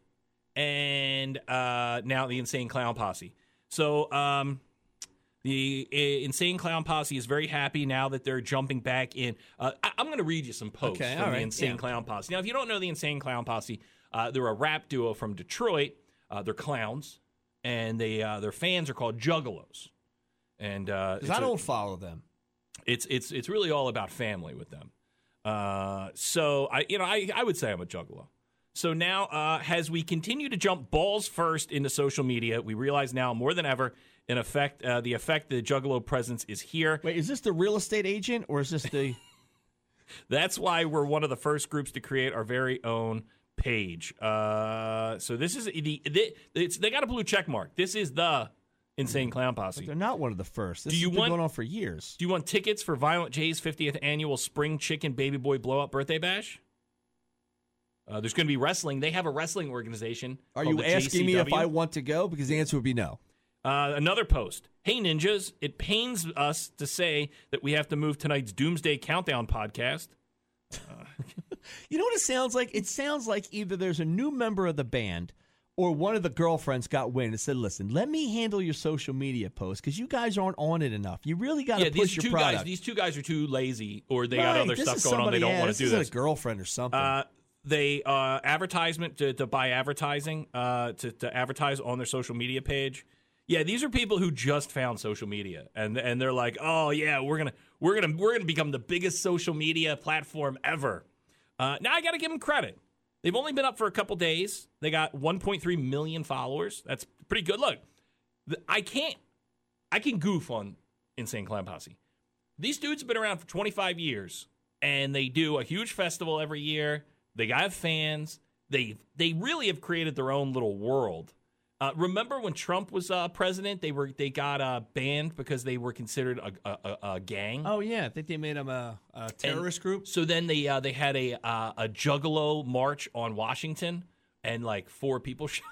[SPEAKER 1] and uh, now the insane clown posse. So um, the uh, insane clown posse is very happy now that they're jumping back in. Uh, I- I'm going to read you some posts
[SPEAKER 2] Okay,
[SPEAKER 1] from
[SPEAKER 2] all
[SPEAKER 1] the
[SPEAKER 2] right,
[SPEAKER 1] insane
[SPEAKER 2] yeah.
[SPEAKER 1] clown posse. Now, if you don't know the insane clown posse, uh, they're a rap duo from Detroit. Uh, they're clowns, and they uh, their fans are called Juggalos. And uh,
[SPEAKER 2] Because I
[SPEAKER 1] it's a-
[SPEAKER 2] don't follow them.
[SPEAKER 1] it's it's it's really all about family with them. Uh, so I you know I I would say I'm a juggalo. So now uh, as we continue to jump balls first into social media, we realize now more than ever, in effect, uh, the effect the juggalo presence is here.
[SPEAKER 2] Wait, is this the real estate agent or is this
[SPEAKER 1] <laughs>
[SPEAKER 2] the? <laughs>
[SPEAKER 1] That's why we're one of the first groups to create our very own page. Uh, so this is the, the it's, they got a blue check mark. This is the insane clown posse.
[SPEAKER 2] They're not one of the first. This
[SPEAKER 1] Do you
[SPEAKER 2] has been
[SPEAKER 1] want-
[SPEAKER 2] going on for years?
[SPEAKER 1] Do you want tickets for Violent J's 50th annual Spring Chicken Baby Boy Blowout Birthday Bash? Uh, there's going to be wrestling. They have a wrestling organization.
[SPEAKER 2] Are
[SPEAKER 1] called
[SPEAKER 2] you
[SPEAKER 1] Oh, the
[SPEAKER 2] asking me if
[SPEAKER 1] JCW.
[SPEAKER 2] I want to go? Because the answer would be <laughs> no.
[SPEAKER 1] Uh, another post. Hey, ninjas! It pains us to say that we have to move tonight's Doomsday Countdown podcast.
[SPEAKER 2] You know what it sounds like? It sounds like either there's a new member of the band or one of the girlfriends got wind and said, "Listen, let me handle your social media posts because you guys aren't on it enough. You really got to
[SPEAKER 1] yeah,
[SPEAKER 2] push
[SPEAKER 1] these
[SPEAKER 2] your
[SPEAKER 1] two
[SPEAKER 2] product."
[SPEAKER 1] guys. These two guys are too lazy, or they got
[SPEAKER 2] Right,
[SPEAKER 1] other
[SPEAKER 2] this
[SPEAKER 1] stuff
[SPEAKER 2] is
[SPEAKER 1] going on. They
[SPEAKER 2] somebody-
[SPEAKER 1] don't
[SPEAKER 2] yeah,
[SPEAKER 1] want
[SPEAKER 2] this
[SPEAKER 1] to do
[SPEAKER 2] isn't
[SPEAKER 1] this.
[SPEAKER 2] a girlfriend or something.
[SPEAKER 1] Uh, they uh, advertisement to, to buy advertising uh, to, to advertise on their social media page. Yeah, these are people who just found social media, and and they're like, oh yeah, we're gonna we're gonna we're gonna become the biggest social media platform ever. Uh, now I got to give them credit. They've only been up for a couple days. They got 1.3 million followers. That's pretty good. Look, th- I can't I can goof on Insane Clown Posse. These dudes have been around for 25 years, and they do a huge festival every year. They have fans. They they really have created their own little world. Uh, remember when Trump was uh, president? They were they got uh, banned because they were considered a, a, a, a gang.
[SPEAKER 2] oh yeah, I think they made them a, a terrorist group.
[SPEAKER 1] So then they uh, they had a uh, a Juggalo march on Washington, and like four people <laughs> showed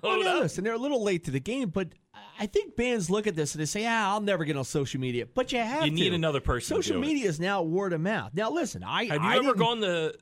[SPEAKER 2] Oh, no,
[SPEAKER 1] up.
[SPEAKER 2] listen, they're a little late to the game, but I think bands look at this and they say, "Ah, I'll never get on social media." But you have
[SPEAKER 1] You
[SPEAKER 2] to.
[SPEAKER 1] need another person to
[SPEAKER 2] Social
[SPEAKER 1] do it.
[SPEAKER 2] media is now word of mouth. Now, listen, I
[SPEAKER 1] Have you
[SPEAKER 2] I
[SPEAKER 1] ever
[SPEAKER 2] didn't-
[SPEAKER 1] gone to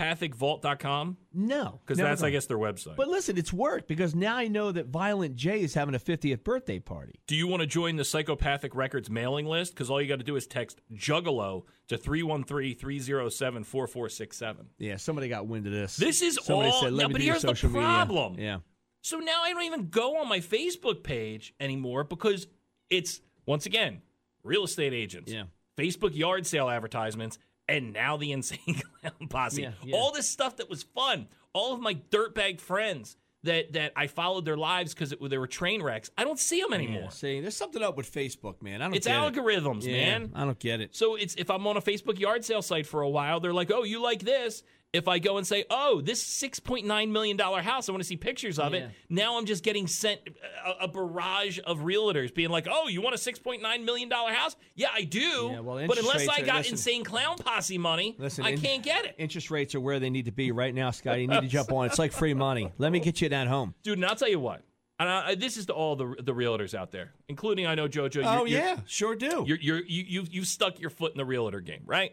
[SPEAKER 1] psychopathicvault.com?
[SPEAKER 2] No,
[SPEAKER 1] Because
[SPEAKER 2] never
[SPEAKER 1] that's, I
[SPEAKER 2] gone.
[SPEAKER 1] guess, their website.
[SPEAKER 2] But listen, it's worked because now I know that Violent J is having a 50th birthday party.
[SPEAKER 1] do you want to join the Psychopathic Records mailing list? Because all you got to do is text Juggalo to 313 307 4467.
[SPEAKER 2] Yeah, somebody got wind of this.
[SPEAKER 1] This is
[SPEAKER 2] somebody
[SPEAKER 1] all-
[SPEAKER 2] Said, Let
[SPEAKER 1] no,
[SPEAKER 2] me
[SPEAKER 1] but
[SPEAKER 2] do your
[SPEAKER 1] here's the
[SPEAKER 2] social media."
[SPEAKER 1] problem.
[SPEAKER 2] Yeah.
[SPEAKER 1] So now I don't even go on my Facebook page anymore because it's once again real estate agents,
[SPEAKER 2] Yeah.
[SPEAKER 1] Facebook yard sale advertisements, and now the <laughs> insane clown posse.
[SPEAKER 2] Yeah, yeah.
[SPEAKER 1] All this stuff that was fun, all of my dirtbag friends that that I followed their lives because they were train wrecks. I don't see them anymore.
[SPEAKER 2] yeah. See, there's something up with Facebook, man. I don't
[SPEAKER 1] it's
[SPEAKER 2] get it.
[SPEAKER 1] algorithms,
[SPEAKER 2] Yeah,
[SPEAKER 1] man.
[SPEAKER 2] I don't get it.
[SPEAKER 1] So it's if I'm on a Facebook yard sale site for a while, they're like, "Oh, you like this?" If I go and say, "Oh, this 6.9 million dollar house, I want to see pictures of
[SPEAKER 2] Yeah.
[SPEAKER 1] it," now I'm just getting sent a, a barrage of realtors being like, "Oh, you want a 6.9 million dollar house? Yeah, I do.
[SPEAKER 2] Yeah, well,
[SPEAKER 1] but
[SPEAKER 2] interest
[SPEAKER 1] unless
[SPEAKER 2] rates
[SPEAKER 1] I
[SPEAKER 2] are-
[SPEAKER 1] got
[SPEAKER 2] listen.
[SPEAKER 1] insane clown posse money,
[SPEAKER 2] Listen,
[SPEAKER 1] I
[SPEAKER 2] in-
[SPEAKER 1] can't get it,
[SPEAKER 2] Interest rates are where they need to be right now, Scotty. You need to jump on. It's like free money. Let
[SPEAKER 1] <laughs>
[SPEAKER 2] me get you that home.
[SPEAKER 1] dude." And I'll tell you what, and I, I- this is to all the the realtors out there, including I know JoJo. you're-
[SPEAKER 2] oh
[SPEAKER 1] you're-
[SPEAKER 2] yeah, sure do.
[SPEAKER 1] <laughs> You're, you're, you you you stuck your foot in the realtor game, right?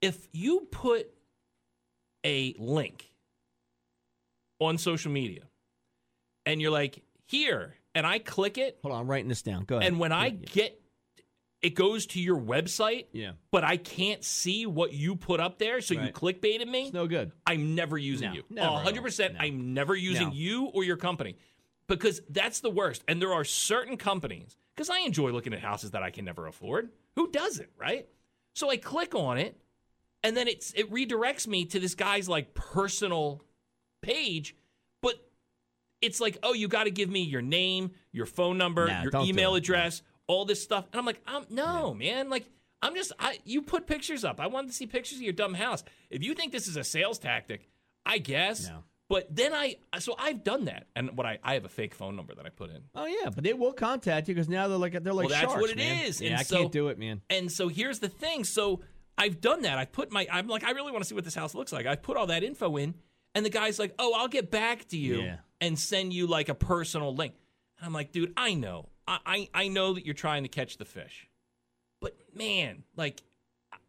[SPEAKER 1] If you put a link on social media and you're like, here, and I click it,
[SPEAKER 2] Hold on, I'm writing this down. Go ahead.
[SPEAKER 1] and when I get it goes to your website.
[SPEAKER 2] Yeah.
[SPEAKER 1] But I can't see what you put up there, so you
[SPEAKER 2] Right.
[SPEAKER 1] clickbaited me.
[SPEAKER 2] It's no good.
[SPEAKER 1] I'm never using
[SPEAKER 2] No,
[SPEAKER 1] you.
[SPEAKER 2] never at all.
[SPEAKER 1] 100%.
[SPEAKER 2] No.
[SPEAKER 1] I'm never using
[SPEAKER 2] No.
[SPEAKER 1] you or your company because that's the worst. And there are certain companies, because I enjoy looking at houses that I can never afford. Who doesn't, right? So I click on it, and then it's, it redirects me to this guy's like personal page, but it's like, oh, you got to give me your name, your phone number,
[SPEAKER 2] Nah,
[SPEAKER 1] your
[SPEAKER 2] don't do
[SPEAKER 1] email
[SPEAKER 2] it.
[SPEAKER 1] address, all this stuff. And I'm like, I'm, no, man. Like, I'm just, I, you put pictures up. I wanted to see pictures of your dumb house. If you think this is a sales tactic, I guess.
[SPEAKER 2] No.
[SPEAKER 1] But then I, so I've done that. And what I, I have a fake phone number that I put in.
[SPEAKER 2] Oh yeah, but they will contact you because now they're like they're like
[SPEAKER 1] Well, that's
[SPEAKER 2] sharks,
[SPEAKER 1] what it is.
[SPEAKER 2] man. Yeah,
[SPEAKER 1] And
[SPEAKER 2] I
[SPEAKER 1] so-
[SPEAKER 2] can't do it, man.
[SPEAKER 1] And so here's the thing. So I've done that. I put my, I'm like, I really want to see what this house looks like. I put all that info in, and the guy's like, oh, I'll get back to you
[SPEAKER 2] Yeah.
[SPEAKER 1] and send you like a personal link. And I'm like, dude, I know. I, I, I know that you're trying to catch the fish. But man, like,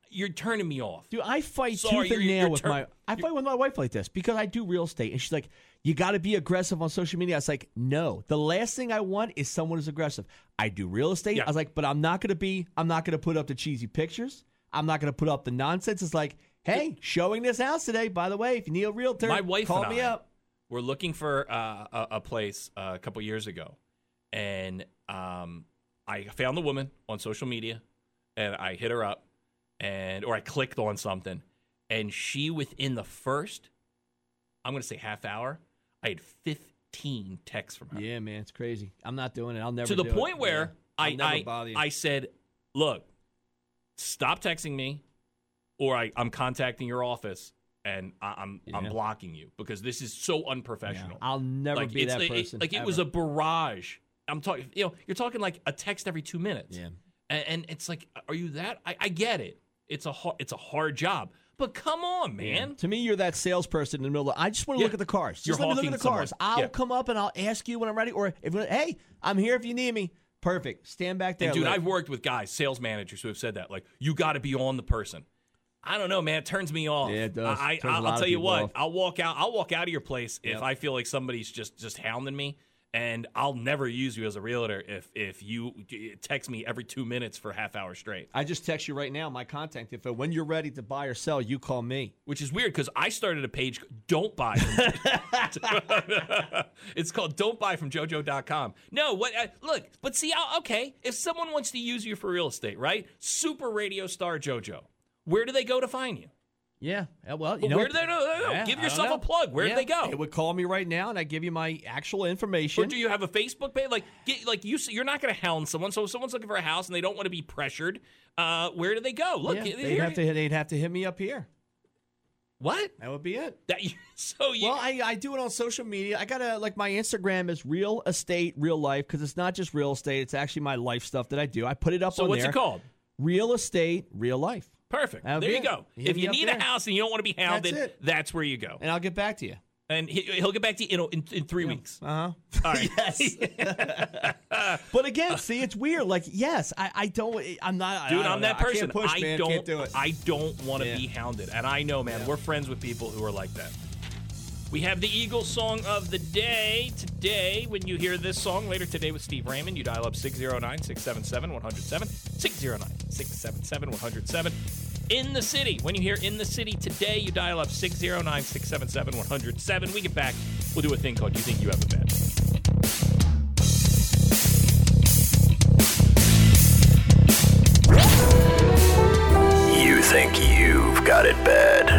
[SPEAKER 1] you're turning me off.
[SPEAKER 2] Dude, I fight
[SPEAKER 1] Sorry,
[SPEAKER 2] tooth and
[SPEAKER 1] you're-
[SPEAKER 2] nail
[SPEAKER 1] you're
[SPEAKER 2] with
[SPEAKER 1] tur-
[SPEAKER 2] my I fight with my wife like this because I do real estate and she's like, You gotta be aggressive on social media. I was like, No. The last thing I want is someone who's aggressive. I do real estate.
[SPEAKER 1] Yeah.
[SPEAKER 2] I was like, but I'm not gonna be I'm not gonna put up the cheesy pictures. I'm not gonna put up the nonsense. It's like, hey, showing this house today, by the way, if you need a realtor,
[SPEAKER 1] My wife
[SPEAKER 2] call
[SPEAKER 1] and
[SPEAKER 2] me
[SPEAKER 1] I
[SPEAKER 2] up.
[SPEAKER 1] We're looking for uh, a, a place uh, a couple years ago, and um, I found the woman on social media, and I hit her up, and or I clicked on something, and she within the first, I'm going to say half hour, I had 15 texts from her
[SPEAKER 2] Yeah, man, it's crazy. I'm not doing it. I'll never
[SPEAKER 1] to the
[SPEAKER 2] do it.
[SPEAKER 1] point where
[SPEAKER 2] Yeah.
[SPEAKER 1] I
[SPEAKER 2] I'll never
[SPEAKER 1] I,
[SPEAKER 2] bother you.
[SPEAKER 1] I said, look, stop texting me, or I, I'm contacting your office and I, I'm I'm
[SPEAKER 2] Yeah.
[SPEAKER 1] blocking you because this is so unprofessional.
[SPEAKER 2] I'll never
[SPEAKER 1] like,
[SPEAKER 2] be
[SPEAKER 1] it's-
[SPEAKER 2] that
[SPEAKER 1] it- it-
[SPEAKER 2] person,
[SPEAKER 1] like it was a
[SPEAKER 2] ever.
[SPEAKER 1] barrage. I'm talking, you know, you're talking like a text every two minutes.
[SPEAKER 2] Yeah.
[SPEAKER 1] And, and it's like, are you that? I, I get it. It's a hard, it's a hard job, but come on, man.
[SPEAKER 2] To me, you're that salesperson in the middle. Of, I just want to
[SPEAKER 1] Yeah.
[SPEAKER 2] look at the cars. Just
[SPEAKER 1] You're
[SPEAKER 2] let me look
[SPEAKER 1] hawking
[SPEAKER 2] at the cars.
[SPEAKER 1] someone.
[SPEAKER 2] I'll
[SPEAKER 1] Yeah.
[SPEAKER 2] come up and I'll ask you when I'm ready. Or if hey, I'm here if you need me. Perfect. Stand back there,
[SPEAKER 1] And dude,
[SPEAKER 2] look.
[SPEAKER 1] I've worked with guys, sales managers, who have said that. Like, you got to be on the person. I don't know, man. It turns me off.
[SPEAKER 2] Yeah, it does.
[SPEAKER 1] I,
[SPEAKER 2] Turns a
[SPEAKER 1] I, I'll
[SPEAKER 2] lot of
[SPEAKER 1] tell you
[SPEAKER 2] people
[SPEAKER 1] what.
[SPEAKER 2] off.
[SPEAKER 1] I'll walk out. I'll walk out of your place if I feel like somebody's just just hounding me. And I'll never use you as a realtor if if you eh, text me every two minutes for a half hour straight.
[SPEAKER 2] I just text you right now my contact info. When you're ready to buy or sell, you call me.
[SPEAKER 1] Which is weird because I started a page, Don't Buy. <laughs> it's called Don't Buy from JoJo.com. No, what? Uh, look, but see, I'll, okay, if someone wants to use you for real estate, right? Super radio star JoJo, where do they go to find you?
[SPEAKER 2] Yeah. Uh, Well, you
[SPEAKER 1] But
[SPEAKER 2] know
[SPEAKER 1] where
[SPEAKER 2] what?
[SPEAKER 1] do they no, no, no,
[SPEAKER 2] Yeah,
[SPEAKER 1] Give
[SPEAKER 2] I
[SPEAKER 1] yourself
[SPEAKER 2] don't
[SPEAKER 1] a
[SPEAKER 2] know.
[SPEAKER 1] plug. Where
[SPEAKER 2] Yeah.
[SPEAKER 1] do they go?
[SPEAKER 2] They would call me right now, and I give you my actual
[SPEAKER 1] or
[SPEAKER 2] information.
[SPEAKER 1] do you have a Facebook page? Like, get, like you, s- you're not going to hound someone. So if someone's looking for a house and they don't want to be pressured, uh, where do they go? Look,
[SPEAKER 2] yeah,
[SPEAKER 1] here-
[SPEAKER 2] they'd have to they'd have to hit me up here.
[SPEAKER 1] what?
[SPEAKER 2] That would be it.
[SPEAKER 1] That you, <laughs> so you,
[SPEAKER 2] Well, I, I do it on social media. I gotta like my Instagram is real estate, real life because it's not just real estate. It's actually my life stuff that I do. I put it up
[SPEAKER 1] so
[SPEAKER 2] on
[SPEAKER 1] what's
[SPEAKER 2] there.
[SPEAKER 1] it called?
[SPEAKER 2] Real estate, real life.
[SPEAKER 1] Perfect.
[SPEAKER 2] That'll
[SPEAKER 1] There
[SPEAKER 2] be
[SPEAKER 1] you
[SPEAKER 2] it.
[SPEAKER 1] go.
[SPEAKER 2] Hit
[SPEAKER 1] if
[SPEAKER 2] me
[SPEAKER 1] you
[SPEAKER 2] up
[SPEAKER 1] need
[SPEAKER 2] there.
[SPEAKER 1] a house and you don't want to be hounded,
[SPEAKER 2] That's
[SPEAKER 1] that's,
[SPEAKER 2] it.
[SPEAKER 1] where you go.
[SPEAKER 2] And I'll get back to you.
[SPEAKER 1] And he, he'll get back to you in, in, in
[SPEAKER 2] <laughs>
[SPEAKER 1] three weeks.
[SPEAKER 2] Uh huh.
[SPEAKER 1] All right. <laughs> yes.
[SPEAKER 2] But again, see, it's weird. Like, yes, I, I don't. I'm not.
[SPEAKER 1] Dude,
[SPEAKER 2] I don't
[SPEAKER 1] I'm
[SPEAKER 2] know.
[SPEAKER 1] that
[SPEAKER 2] I can't
[SPEAKER 1] person.
[SPEAKER 2] push, man.
[SPEAKER 1] don't
[SPEAKER 2] Can't do it.
[SPEAKER 1] I don't want to
[SPEAKER 2] Yeah.
[SPEAKER 1] be hounded. And I know, man, we're friends with people who are like that. We have the Eagles song of the day today. When you hear this song later today with Steve Raymond, you dial up 609 677 107. 609 677 107. In the city. When you hear in the city today, you dial up 609 677 107. We get back. We'll do a thing called You Think You Have a Bet.
[SPEAKER 6] You think you've got it bad.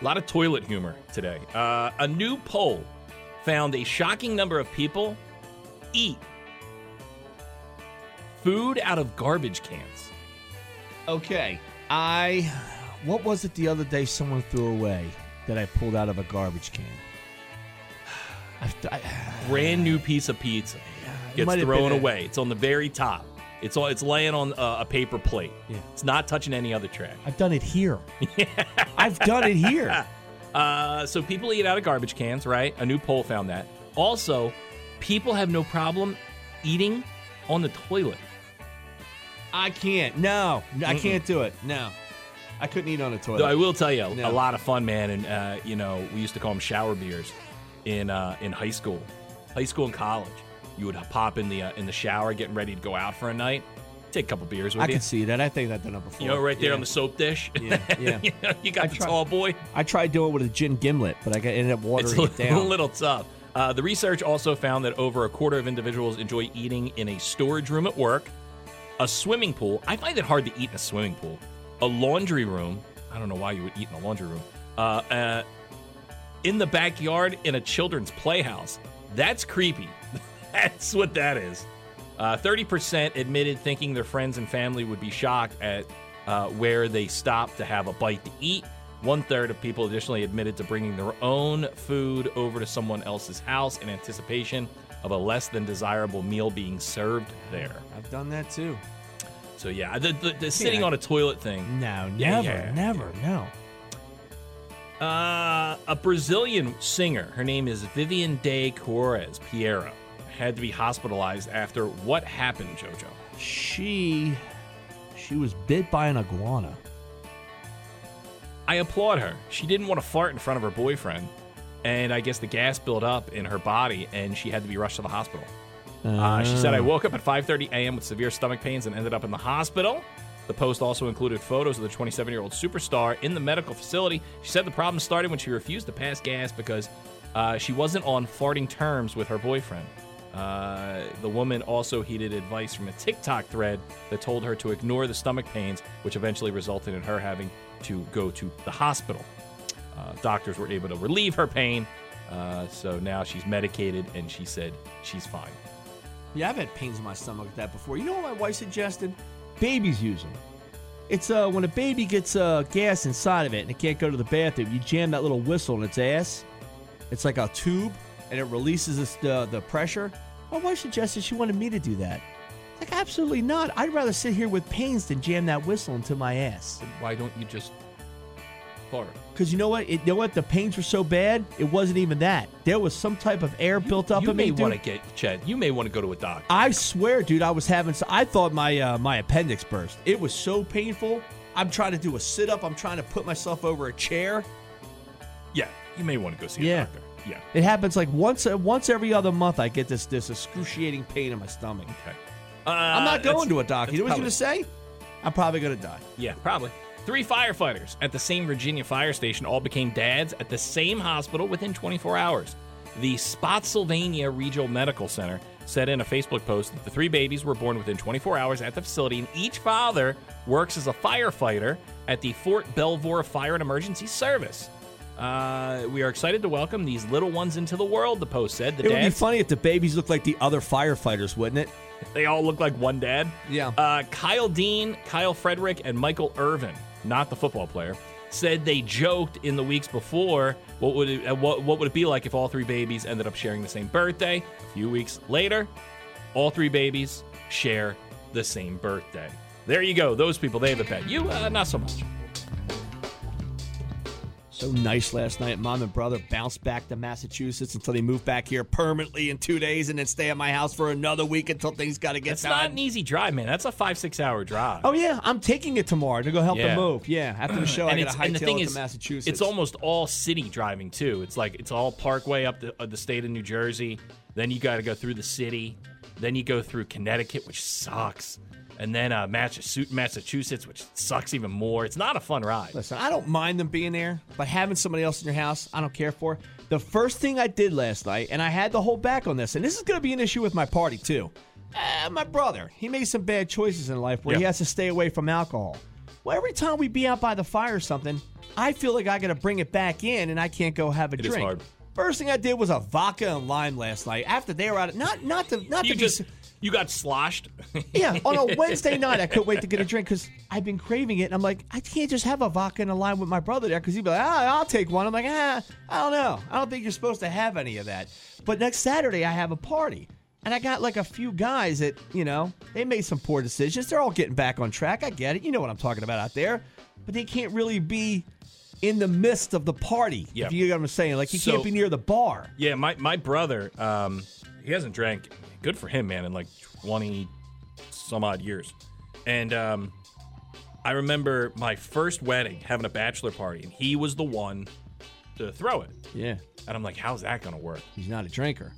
[SPEAKER 1] A lot of toilet humor today. Uh, a new poll found a shocking number of people eat food out of garbage cans.
[SPEAKER 2] Okay. I. What was it the other day someone threw away that I pulled out of a garbage can? <sighs> I've, I, <sighs>
[SPEAKER 1] Brand new piece of pizza
[SPEAKER 2] it
[SPEAKER 1] gets
[SPEAKER 2] might have
[SPEAKER 1] thrown
[SPEAKER 2] been it.
[SPEAKER 1] away. It's on the very top. It's all. It's laying on uh, a paper plate.
[SPEAKER 2] Yeah.
[SPEAKER 1] It's not touching any other trash.
[SPEAKER 2] I've done it
[SPEAKER 1] <laughs>
[SPEAKER 2] here. I've done it here.
[SPEAKER 1] Uh, so people eat out of garbage cans, right? A new poll found that. Also, people have no problem eating on the toilet.
[SPEAKER 2] I can't. No, I can't do it. No, I couldn't eat on a toilet.
[SPEAKER 1] Though I will tell you,
[SPEAKER 2] No.
[SPEAKER 1] a lot of fun, man. And uh, you know, we used to call them shower beers in uh, in high school, high school and college. You would pop in the uh, in the shower, getting ready to go out for a night. Take a couple beers with
[SPEAKER 2] I
[SPEAKER 1] you.
[SPEAKER 2] can see that. I think I've done it before.
[SPEAKER 1] you know, right there
[SPEAKER 2] Yeah.
[SPEAKER 1] on the soap dish. <laughs>
[SPEAKER 2] Yeah, yeah.
[SPEAKER 1] you, know, you got
[SPEAKER 2] I
[SPEAKER 1] the
[SPEAKER 2] try-
[SPEAKER 1] tall boy.
[SPEAKER 2] I tried doing it with a gin gimlet, but I got, ended up
[SPEAKER 1] It's
[SPEAKER 2] watering
[SPEAKER 1] <laughs> a
[SPEAKER 2] it down.
[SPEAKER 1] little, little tough. Uh, the research also found that over a quarter of individuals enjoy eating in a storage room at work, a swimming pool. I find it hard to eat in a swimming pool, a laundry room. I don't know why you would eat in a laundry room. Uh, uh, in the backyard in a children's playhouse. That's creepy. <laughs> That's what that is. Uh, 30% admitted thinking their friends and family would be shocked at uh, where they stopped to have a bite to eat. One third of people additionally admitted to bringing their own food over to someone else's house in anticipation of a less than desirable meal being served there.
[SPEAKER 2] I've done that too.
[SPEAKER 1] So, yeah, the, the, the sitting on a toilet thing.
[SPEAKER 2] No,
[SPEAKER 1] Yeah,
[SPEAKER 2] never,
[SPEAKER 1] yeah,
[SPEAKER 2] never, no.
[SPEAKER 1] Uh, a Brazilian singer. Her name is Vivian de Cores Piera. Had to be hospitalized after what happened, Jojo?
[SPEAKER 2] She, she was bit by an iguana.
[SPEAKER 1] I applaud her. She didn't want to fart in front of her boyfriend, and I guess the gas built up in her body, and she had to be rushed to the hospital. Uh, she
[SPEAKER 2] Ah.
[SPEAKER 1] said, "I woke up at 5:30 a.m. with severe stomach pains and ended up in the hospital." The post also included photos of the 27-year-old superstar in the medical facility. She said the problem started when she refused to pass gas because uh, she wasn't on farting terms with her boyfriend. Uh, the woman also heeded advice from a TikTok thread that told her to ignore the stomach pains, which eventually resulted in her having to go to the hospital. Uh, doctors were able to relieve her pain, uh, so now she's medicated and she said she's fine.
[SPEAKER 2] Yeah, I've had pains in my stomach like that before. You know what my wife suggested? Babies use them. It's uh, when a baby gets uh, gas inside of it and it can't go to the bathroom, you jam that little whistle in its ass. It's like a tube, and it releases this, uh, the pressure. My wife suggested she wanted me to do that. Like, absolutely not. I'd rather sit here with pains than jam that whistle into my ass.
[SPEAKER 1] Why don't you just fart?
[SPEAKER 2] Because you know what? It, you know what? The pains were so bad, it wasn't even that. There was some type of air built up
[SPEAKER 1] you
[SPEAKER 2] in
[SPEAKER 1] may
[SPEAKER 2] me. dude.
[SPEAKER 1] want to get Chad. You may want to go to a doctor.
[SPEAKER 2] I swear, dude, I was having. I thought my uh, my appendix burst. It was so painful. I'm trying to do a sit up. I'm trying to put myself over a chair.
[SPEAKER 1] Yeah, you may want to go see
[SPEAKER 2] Yeah.
[SPEAKER 1] a doctor. Yeah.
[SPEAKER 2] It happens like once uh, once every other month. I get this this excruciating pain in my stomach.
[SPEAKER 1] Okay.
[SPEAKER 2] I'm
[SPEAKER 1] Uh,
[SPEAKER 2] not
[SPEAKER 1] that's-
[SPEAKER 2] going to a doctor. You know what I'm
[SPEAKER 1] that's
[SPEAKER 2] gonna say? I'm probably gonna die.
[SPEAKER 1] Yeah, probably. Three firefighters at the same Virginia fire station all became dads at the same hospital within 24 hours. The Spotsylvania Regional Medical Center said in a Facebook post that the three babies were born within 24 hours at the facility, and each father works as a firefighter at the Fort Belvoir Fire and Emergency Service. Uh, we are excited to welcome these little ones into the world, the post said. The
[SPEAKER 2] It would be
[SPEAKER 1] dads
[SPEAKER 2] funny if the babies looked like the other firefighters, wouldn't it?
[SPEAKER 1] they all look like one dad.
[SPEAKER 2] Yeah.
[SPEAKER 1] Uh, Kyle Dean, Kyle Frederick, and Michael Irvin, not the football player, said they joked in the weeks before what would it, uh, what, what would it be like if all three babies ended up sharing the same birthday? A few weeks later, all three babies share the same birthday. There you go. Those people, they have a pet. You, uh, not so much.
[SPEAKER 2] So nice last night. Mom and brother bounced back to Massachusetts until they moved back here permanently in two days, and then stay at my house for another week until things gotta get
[SPEAKER 1] It's not
[SPEAKER 2] done.
[SPEAKER 1] an easy drive, man. That's a five, six hour drive.
[SPEAKER 2] Oh yeah, I'm taking it tomorrow to go help
[SPEAKER 1] Yeah.
[SPEAKER 2] them move. Yeah, after the
[SPEAKER 1] <clears throat>
[SPEAKER 2] show, I got
[SPEAKER 1] it's-
[SPEAKER 2] to hightail it
[SPEAKER 1] is,
[SPEAKER 2] to Massachusetts.
[SPEAKER 1] It's almost all city driving too. It's like it's all Parkway up the, uh, the state of New Jersey. Then you got to go through the city. Then you go through Connecticut, which sucks. And then uh, Massachusetts, Massachusetts, which sucks even more. It's not a fun ride.
[SPEAKER 2] Listen, I don't mind them being there, but having somebody else in your house, I don't care for. The first thing I did last night, and I had to hold back on this, and this is going to be an issue with my party too. Eh, my brother, he made some bad choices in life where he
[SPEAKER 1] Yeah.
[SPEAKER 2] has to stay away from alcohol. Well, every time we be out by the fire or something, I feel like I got to bring it back in, and I can't go have a
[SPEAKER 1] It is
[SPEAKER 2] drink.
[SPEAKER 1] hard.
[SPEAKER 2] First thing I did was a vodka and lime last night. After they were out, of, not not to not
[SPEAKER 1] You
[SPEAKER 2] to
[SPEAKER 1] just
[SPEAKER 2] be,
[SPEAKER 1] you got sloshed. <laughs>
[SPEAKER 2] yeah, on a Wednesday night, I couldn't wait to get a drink because I've been craving it. And I'm like, I can't just have a vodka in a line with my brother there because he'd be like, ah, I'll take one. I'm like, ah, I don't know. I don't think you're supposed to have any of that. But next Saturday, I have a party. And I got like a few guys that, you know, they made some poor decisions. They're all getting back on track. I get it. You know what I'm talking about out there. But they can't really be in the midst of the party.
[SPEAKER 1] Yeah.
[SPEAKER 2] If you get what I'm saying. Like, you
[SPEAKER 1] So-
[SPEAKER 2] can't be near the bar.
[SPEAKER 1] yeah, my my brother, um, he hasn't drank. Good for him, man. In like twenty some odd years, and um, I remember my first wedding having a bachelor party, and he was the one to throw it.
[SPEAKER 2] Yeah.
[SPEAKER 1] And I'm like, how's that gonna work?
[SPEAKER 2] He's not a drinker.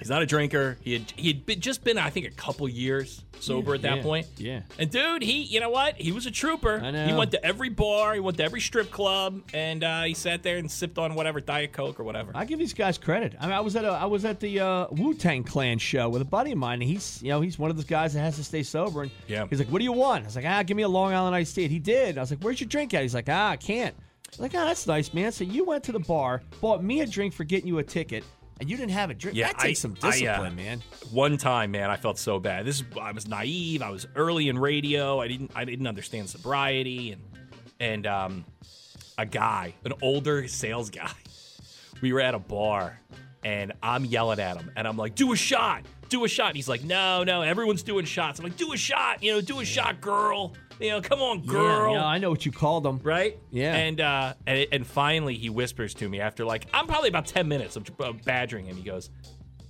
[SPEAKER 1] He's not a drinker. He had he had been, just been I think a couple years sober at that
[SPEAKER 2] yeah,
[SPEAKER 1] point.
[SPEAKER 2] yeah.
[SPEAKER 1] And dude, he you know what? He was a trooper.
[SPEAKER 2] I know.
[SPEAKER 1] He went to every bar. He went to every strip club, and uh, he sat there and sipped on whatever diet coke or whatever.
[SPEAKER 2] I give these guys credit. I mean, I was at a I was at the uh, Wu Tang Clan show with a buddy of mine. And he's you know he's one of those guys that has to stay sober. And
[SPEAKER 1] Yeah.
[SPEAKER 2] he's like, "What do you want?" I was like, "Ah, give me a Long Island iced tea." And he did. And I was like, "Where's your drink at?" He's like, "Ah, I can't." I was like, "Ah, that's nice, man." So you went to the bar, bought me a drink for getting you a ticket, and you didn't have a drink.
[SPEAKER 1] Yeah,
[SPEAKER 2] that takes
[SPEAKER 1] I-
[SPEAKER 2] some
[SPEAKER 1] I, uh,
[SPEAKER 2] discipline, man.
[SPEAKER 1] One time, man, I felt so bad. This is I was naive. I was early in radio. I didn't I didn't understand sobriety and and um a guy, an older sales guy. <laughs> We were at a bar and I'm yelling at him and I'm like, "Do a shot. Do a shot." And he's like, "No, no, everyone's doing shots." I'm like, "Do a shot. You know, do a shot, girl. You know, come on, girl."
[SPEAKER 2] Yeah, yeah, I know what you called them.
[SPEAKER 1] right?
[SPEAKER 2] Yeah.
[SPEAKER 1] And uh, and, and finally, he whispers to me after like I'm probably about ten minutes of of badgering him. He goes,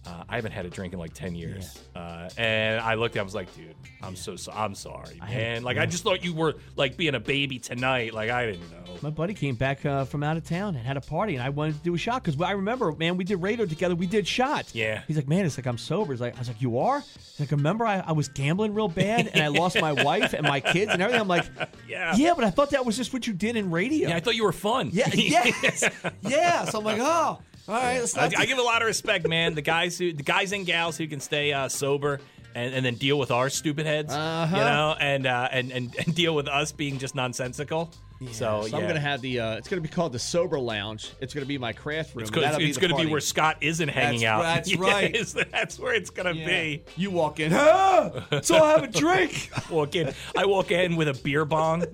[SPEAKER 1] uh, "I haven't had a drink in like ten years." Uh, and I looked at him, I was like, "Dude, I'm so, so I'm sorry, man. like I just thought you were like being a baby tonight. Like I didn't know."
[SPEAKER 2] My buddy came back uh, from out of town and had a party, and I wanted to do a shot because I remember, man, we did radio together. We did shots.
[SPEAKER 1] Yeah.
[SPEAKER 2] He's like, man, it's like I'm sober. He's like, I was like, you are? He's like, remember I, I was gambling real bad and I lost
[SPEAKER 1] <laughs>
[SPEAKER 2] my wife and my kids and everything. I'm like,
[SPEAKER 1] Yeah.
[SPEAKER 2] yeah, but I thought that was just what you did in radio.
[SPEAKER 1] Yeah, I thought you were fun. <laughs>
[SPEAKER 2] yeah, yes, yeah. So I'm like, oh, all right, let's
[SPEAKER 1] I,
[SPEAKER 2] not.
[SPEAKER 1] I give a lot of respect, man. The guys who, the guys and gals who can stay uh, sober and, and then deal with our stupid heads,
[SPEAKER 2] Uh-huh.
[SPEAKER 1] you know, and, uh, and and and deal with us being just nonsensical. so
[SPEAKER 2] so
[SPEAKER 1] oh, yeah.
[SPEAKER 2] I'm gonna have the. Uh, it's gonna be called the sober lounge. It's gonna be my craft room.
[SPEAKER 1] It's, gonna- it's gonna be where Scott isn't hanging
[SPEAKER 2] That's-
[SPEAKER 1] out.
[SPEAKER 2] that's
[SPEAKER 1] <laughs> Yeah,
[SPEAKER 2] right.
[SPEAKER 1] it's- that's where it's gonna be.
[SPEAKER 2] You walk in, ah, so I have a
[SPEAKER 1] <laughs>
[SPEAKER 2] drink.
[SPEAKER 1] Walk in. I walk in with a beer bong,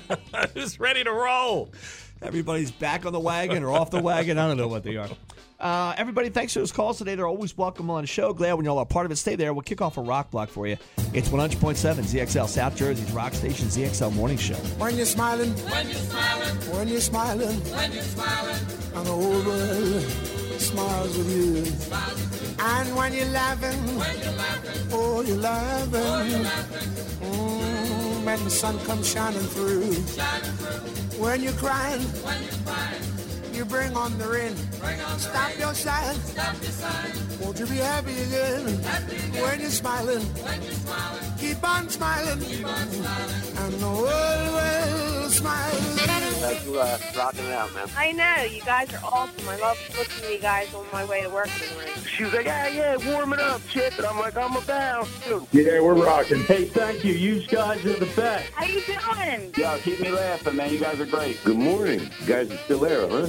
[SPEAKER 1] <laughs> just ready to roll.
[SPEAKER 2] Everybody's back on the wagon or off the wagon. I don't know what they are. Uh, everybody, thanks for those calls today. They're always welcome on the show. Glad when y'all are part of it. Stay there. We'll kick off a rock block for you. It's 100.7 ZXL South Jersey's Rock Station ZXL Morning Show.
[SPEAKER 7] When you're smiling, when you're smiling, when you're smiling, and the whole world smiles with you. And when you're laughing, oh, you're laughing, Mm, and the sun comes shining through. When you're crying, you bring on the rain. Stop your sighing. Won't you be happy again? When you're smiling, keep on smiling, and the world will smile.
[SPEAKER 4] That's uh, rocking out, man.
[SPEAKER 8] I know, you guys are awesome. I love looking at you guys on my way to work in the morning.
[SPEAKER 4] She was like, yeah, yeah, warm it up, chick. And I'm like, I'm about to. Yeah, we're rocking. Hey, thank you. You guys are the best.
[SPEAKER 8] How you doing?
[SPEAKER 4] Yo, keep me laughing, man. You guys are great.
[SPEAKER 6] Good morning. You guys are still there, huh?